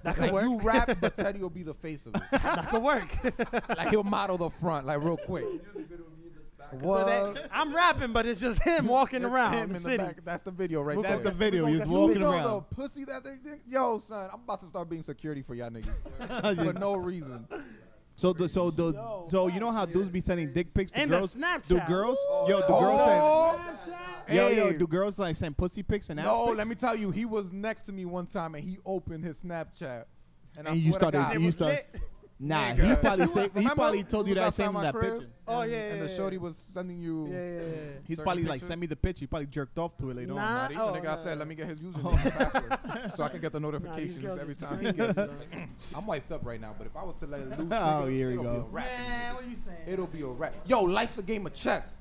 That Like could work. you rap, but Teddy will be the face of it. That could work. like he'll model the front, like real quick. But What? that- I'm rapping, but it's just him walking Uh, It's around him the in city. back. That's the video right That's the there. video. He was You walking know around. the pussy that they think? Yo, son, I'm about to start being security for y'all niggas for Yes. no reason. So the so the so you know how dudes be sending dick pics to And the girls. do Snapchat. girls? Yo, the girls Oh, send. Yo, yo, Hey. do girls like send pussy pics and ass No, pics? let me tell you, he was next to me one time and he opened his Snapchat. And, I And you swear to started- God, you started- Nah, he Nigga. probably You say, he remember probably told we you was that outside same my that crib? picture. Oh yeah. yeah, and the yeah, shorty was sending you. Yeah, yeah, yeah. He's Certain probably like pictures? send me the picture. He probably jerked off to it later on. Nah, Maddie. oh, And the guy no, said, no. "Let me get his username password so I can get the Nah, these notifications girls every is time he crazy, gets it." bro. I'm wiped up right now, but if I was to let it loose, Oh, nigga, here we it'll go. be a wrap. Man, what you saying? It'll be a wrap. Yo, life's a game of chess.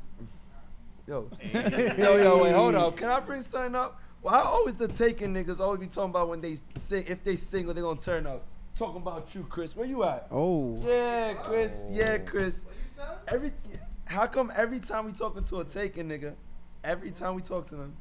Yo, yo, yo, wait, hold up. Can I bring something up? Well, how always the taking niggas always be talking about when they sing, if they single, they gonna turn up. Talking about you, Chris. Where you at? Oh. Yeah, Chris. Oh. Yeah, Chris. Every, how come every time we talking to a taking nigga, every time we talk to them,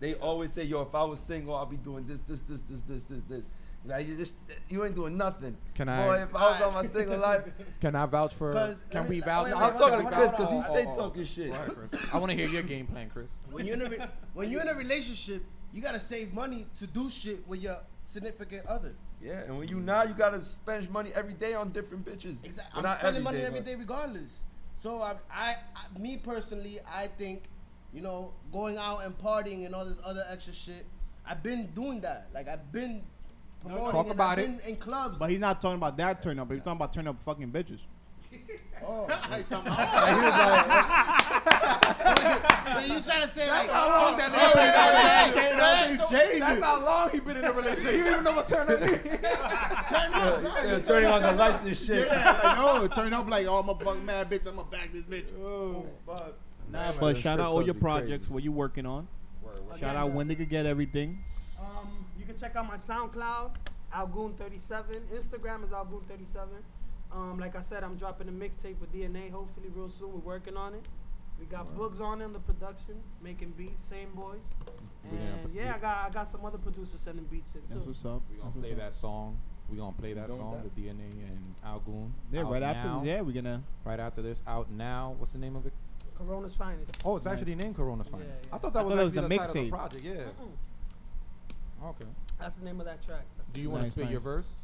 they always say, "Yo, if I was single, I'd be doing this, this, this, this, this, this, this." Like you, just, you ain't doing nothing. Can I- Boy, if I was on my single life, Can I vouch for? Cause- Can let we me- vouch? wait, for- wait, I'm talking to hold Chris on, because he hold on, stay hold on. talking shit. Go ahead, Chris. I want to hear your game plan, Chris. When you're in a re- when you're in a relationship, you gotta save money to do shit with your significant other. Yeah, and when you now you gotta spend money every day on different bitches. Exactly. Well, I'm not spending money but- every day regardless. So I, I, I, me personally, I think, you know, going out and partying and all this other extra shit. I've been doing that. Like I've been promoting. talk and about I've it. Been in clubs. But he's not talking about that turn up. He's talking about turn up fucking bitches. oh. so you trying to say like? How long that Hey, nigga been- hey, hey, hey, so- That's how long he been in a relationship. He don't even know what turn up means. turn up. Yeah, turning on the lights and shit. no, turn up like, oh, I'm a fucking mad bitch. I'm gonna back this bitch. But Nah, but the shout out strip all clubs your be projects. crazy. What you working on? Shout Again, out when they could get everything. Um, you can check out my SoundCloud, Algoon37. Instagram is Algoon37. Um, like I said, I'm dropping a mixtape with DNA hopefully real soon. We're working on it. We got Bugs on in the production, making beats, same boys. We gonna And yeah, I got I got some other producers sending beats in That's too. what's up. We gonna That's what's play up. that song. We gonna play that doing song, that. the DNA and Al Goon. Yeah, out right now. after. Yeah, we're gonna. Right after this, out now. What's the name of it? Corona's finest. Oh, it's actually named Corona Fine. Yeah, yeah. I thought that I was thought it was actually the title a of the mixtape. project. Yeah. Okay. Mm. That's the name of that track. That's Do you want to Nice, spit your nice. verse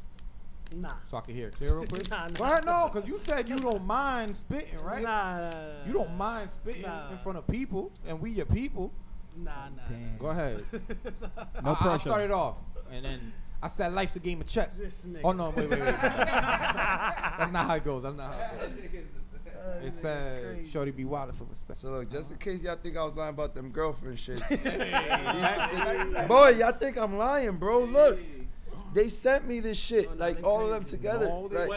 the- nah. so I can hear it clear real quick? Nah, nah. Go ahead, no, because you said you don't mind spitting, right? Nah, nah, nah, You don't mind spitting Nah. in front of people, and we your people. Nah, nah. nah. Damn. Go ahead. No I, I pressure. started off, and then I said life's a game of chess. This nigga. Oh no, wait, wait, wait. That's not how it goes. That's not how it goes. It said, "Shorty be wild for respect." So look, just in case y'all think I was lying about them girlfriend shits. Boy, y'all think I'm lying, bro. Look. They sent me this Oh, shit, like all of them together. Like,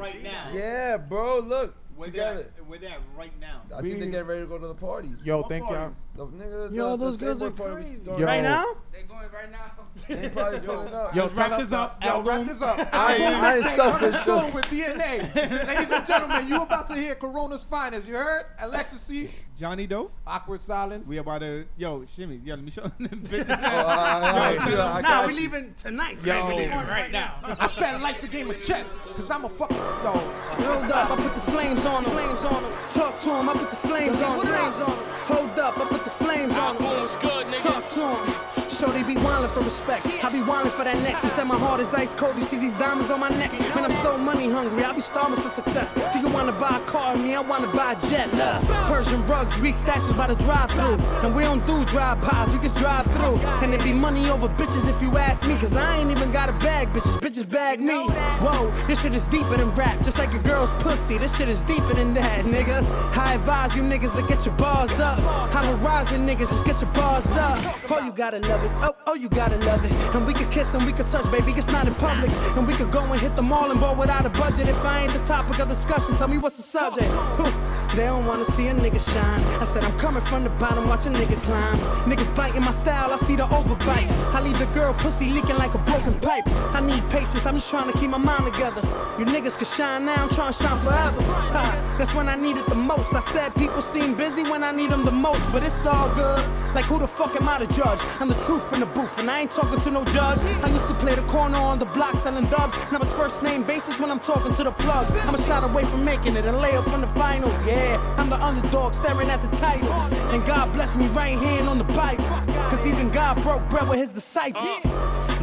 right now. yeah, bro, look. Together. Where they at right now. I think they're getting ready to go to the party. Yo, What thank party? y'all. The nigga, Yo, the, those the girls Playboy are probably be crazy. throwing Yo. Right now? They going right now. They probably pulling up. Yo, wrap this up. Yo, Album. wrap this up. I ain't- I ain't sucking Coming soon with DNA. Ladies and gentlemen, you about to hear Corona's finest. You heard? Alexa C. Johnny Doe. Awkward silence. We about to yo shimmy. Yeah, let me show them Oh, all bitches. right, all right, Yo, yeah, Nah, I got we you. leaving tonight. Yo. Right, we leaving right now. I said like the game of chess, cause I'm a fuck. Yo, Build up, I put the flames on them. Flames on 'em. Talk to him, I put the flames on 'em. Flames on 'em. Hold up, I put the flames on them. good, Talk to him. Show they be wildin' for respect. I be wildin' for that next. You said my heart is ice cold. You see these diamonds on my neck. Man, I'm so money hungry. I be starving for success. So you wanna buy a car, me, I wanna buy a jet. Nah. Persian rugs, weak statues by the drive through. And we don't do drive-bys, we just drive through. And it be money over bitches if you ask me. Cause I ain't even got a bag, bitches. Bitches bag me. Whoa, this shit is deeper than rap. Just like a girl's pussy. This shit is deeper than that, nigga. I advise you niggas to get your bars up. I'm a rising niggas, just get your bars up. Oh, you gotta love it. Oh, oh, you gotta love it. And we could kiss and we could touch, baby. It's not in public. And we could go and hit the mall and ball without a budget. If I ain't the topic of discussion, tell me what's the subject. Whew. They don't wanna see a nigga shine. I said I'm coming from the bottom, watch a nigga climb. Niggas biting my style, I see the overbite. I leave the girl pussy leaking like a broken pipe. I need patience, I'm just trying to keep my mind together. You niggas can shine now, I'm trying to shine forever. Ha, that's when I need it the most. I said people seem busy when I need them the most, but it's all good. Like who the fuck am I to judge? I'm the truth in the booth, and I ain't talking to no judge. I used to play the corner on the block selling dubs. Now it's first name basis when I'm talking to the plug. I'm a shot away from making it, a layup from the finals. Yeah, I'm the underdog staring at the title. And God bless me right hand on the Bible. Cause even God broke bread with his disciples.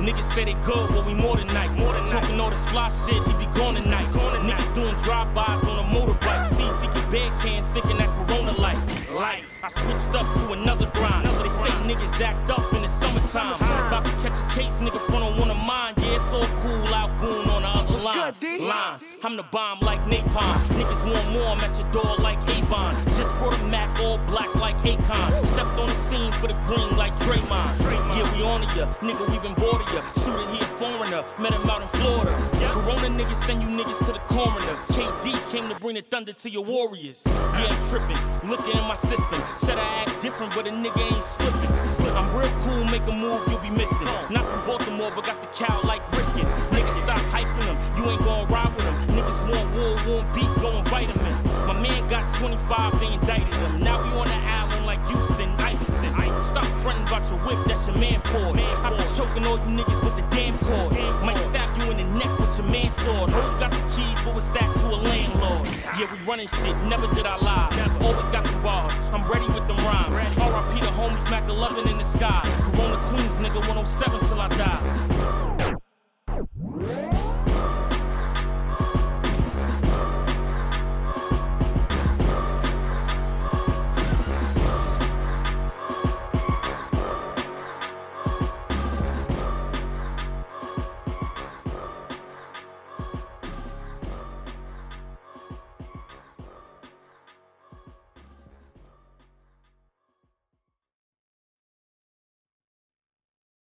Niggas say they good, but we more than nice. More than Talking all this fly shit, he be gone tonight. Niggas doing drive-bys on a motorbike. See if he can bear can sticking that corona light. Light. I switched up to another grind. But they say niggas act up in the summertime. About to catch a case, nigga, front on one of mine. Yeah, it's all cool out goon on the other line. line. I'm the bomb like napalm. Niggas want more, I'm at your door like Avon. Just brought a Mac all black like Akon. Stepped on the scene for the green like Draymond. Yeah, we on to ya. Nigga, we been bored of ya. Shooter, he a foreigner. Met him out in Florida. Corona niggas send you niggas to the coroner. KD came to bring the thunder to your warriors. Yeah, I'm tripping. Looking in my system. Said I act different, but a nigga ain't slipping. I'm real cool, make a move, you'll be missing. Not from Baltimore, but got the cow like Rickin. Niggas stop hyping them. You ain't gonna ride with them. Niggas want war, want beef, go invite 'em in. My man got 25, they indicted him. Now we on an island like Houston, Iverson. Stop fronting about your whip, that's your man for. I been choking all you niggas with the damn cord. Might stab you in the neck with your man sword. Hoes got the keys, but it's that to a landlord. Yeah, we running shit, never did I lie. Always got the bars, I'm ready with them rhymes. RIP the homies, Mac 11 in the sky. Corona Queens, nigga 107 till I die.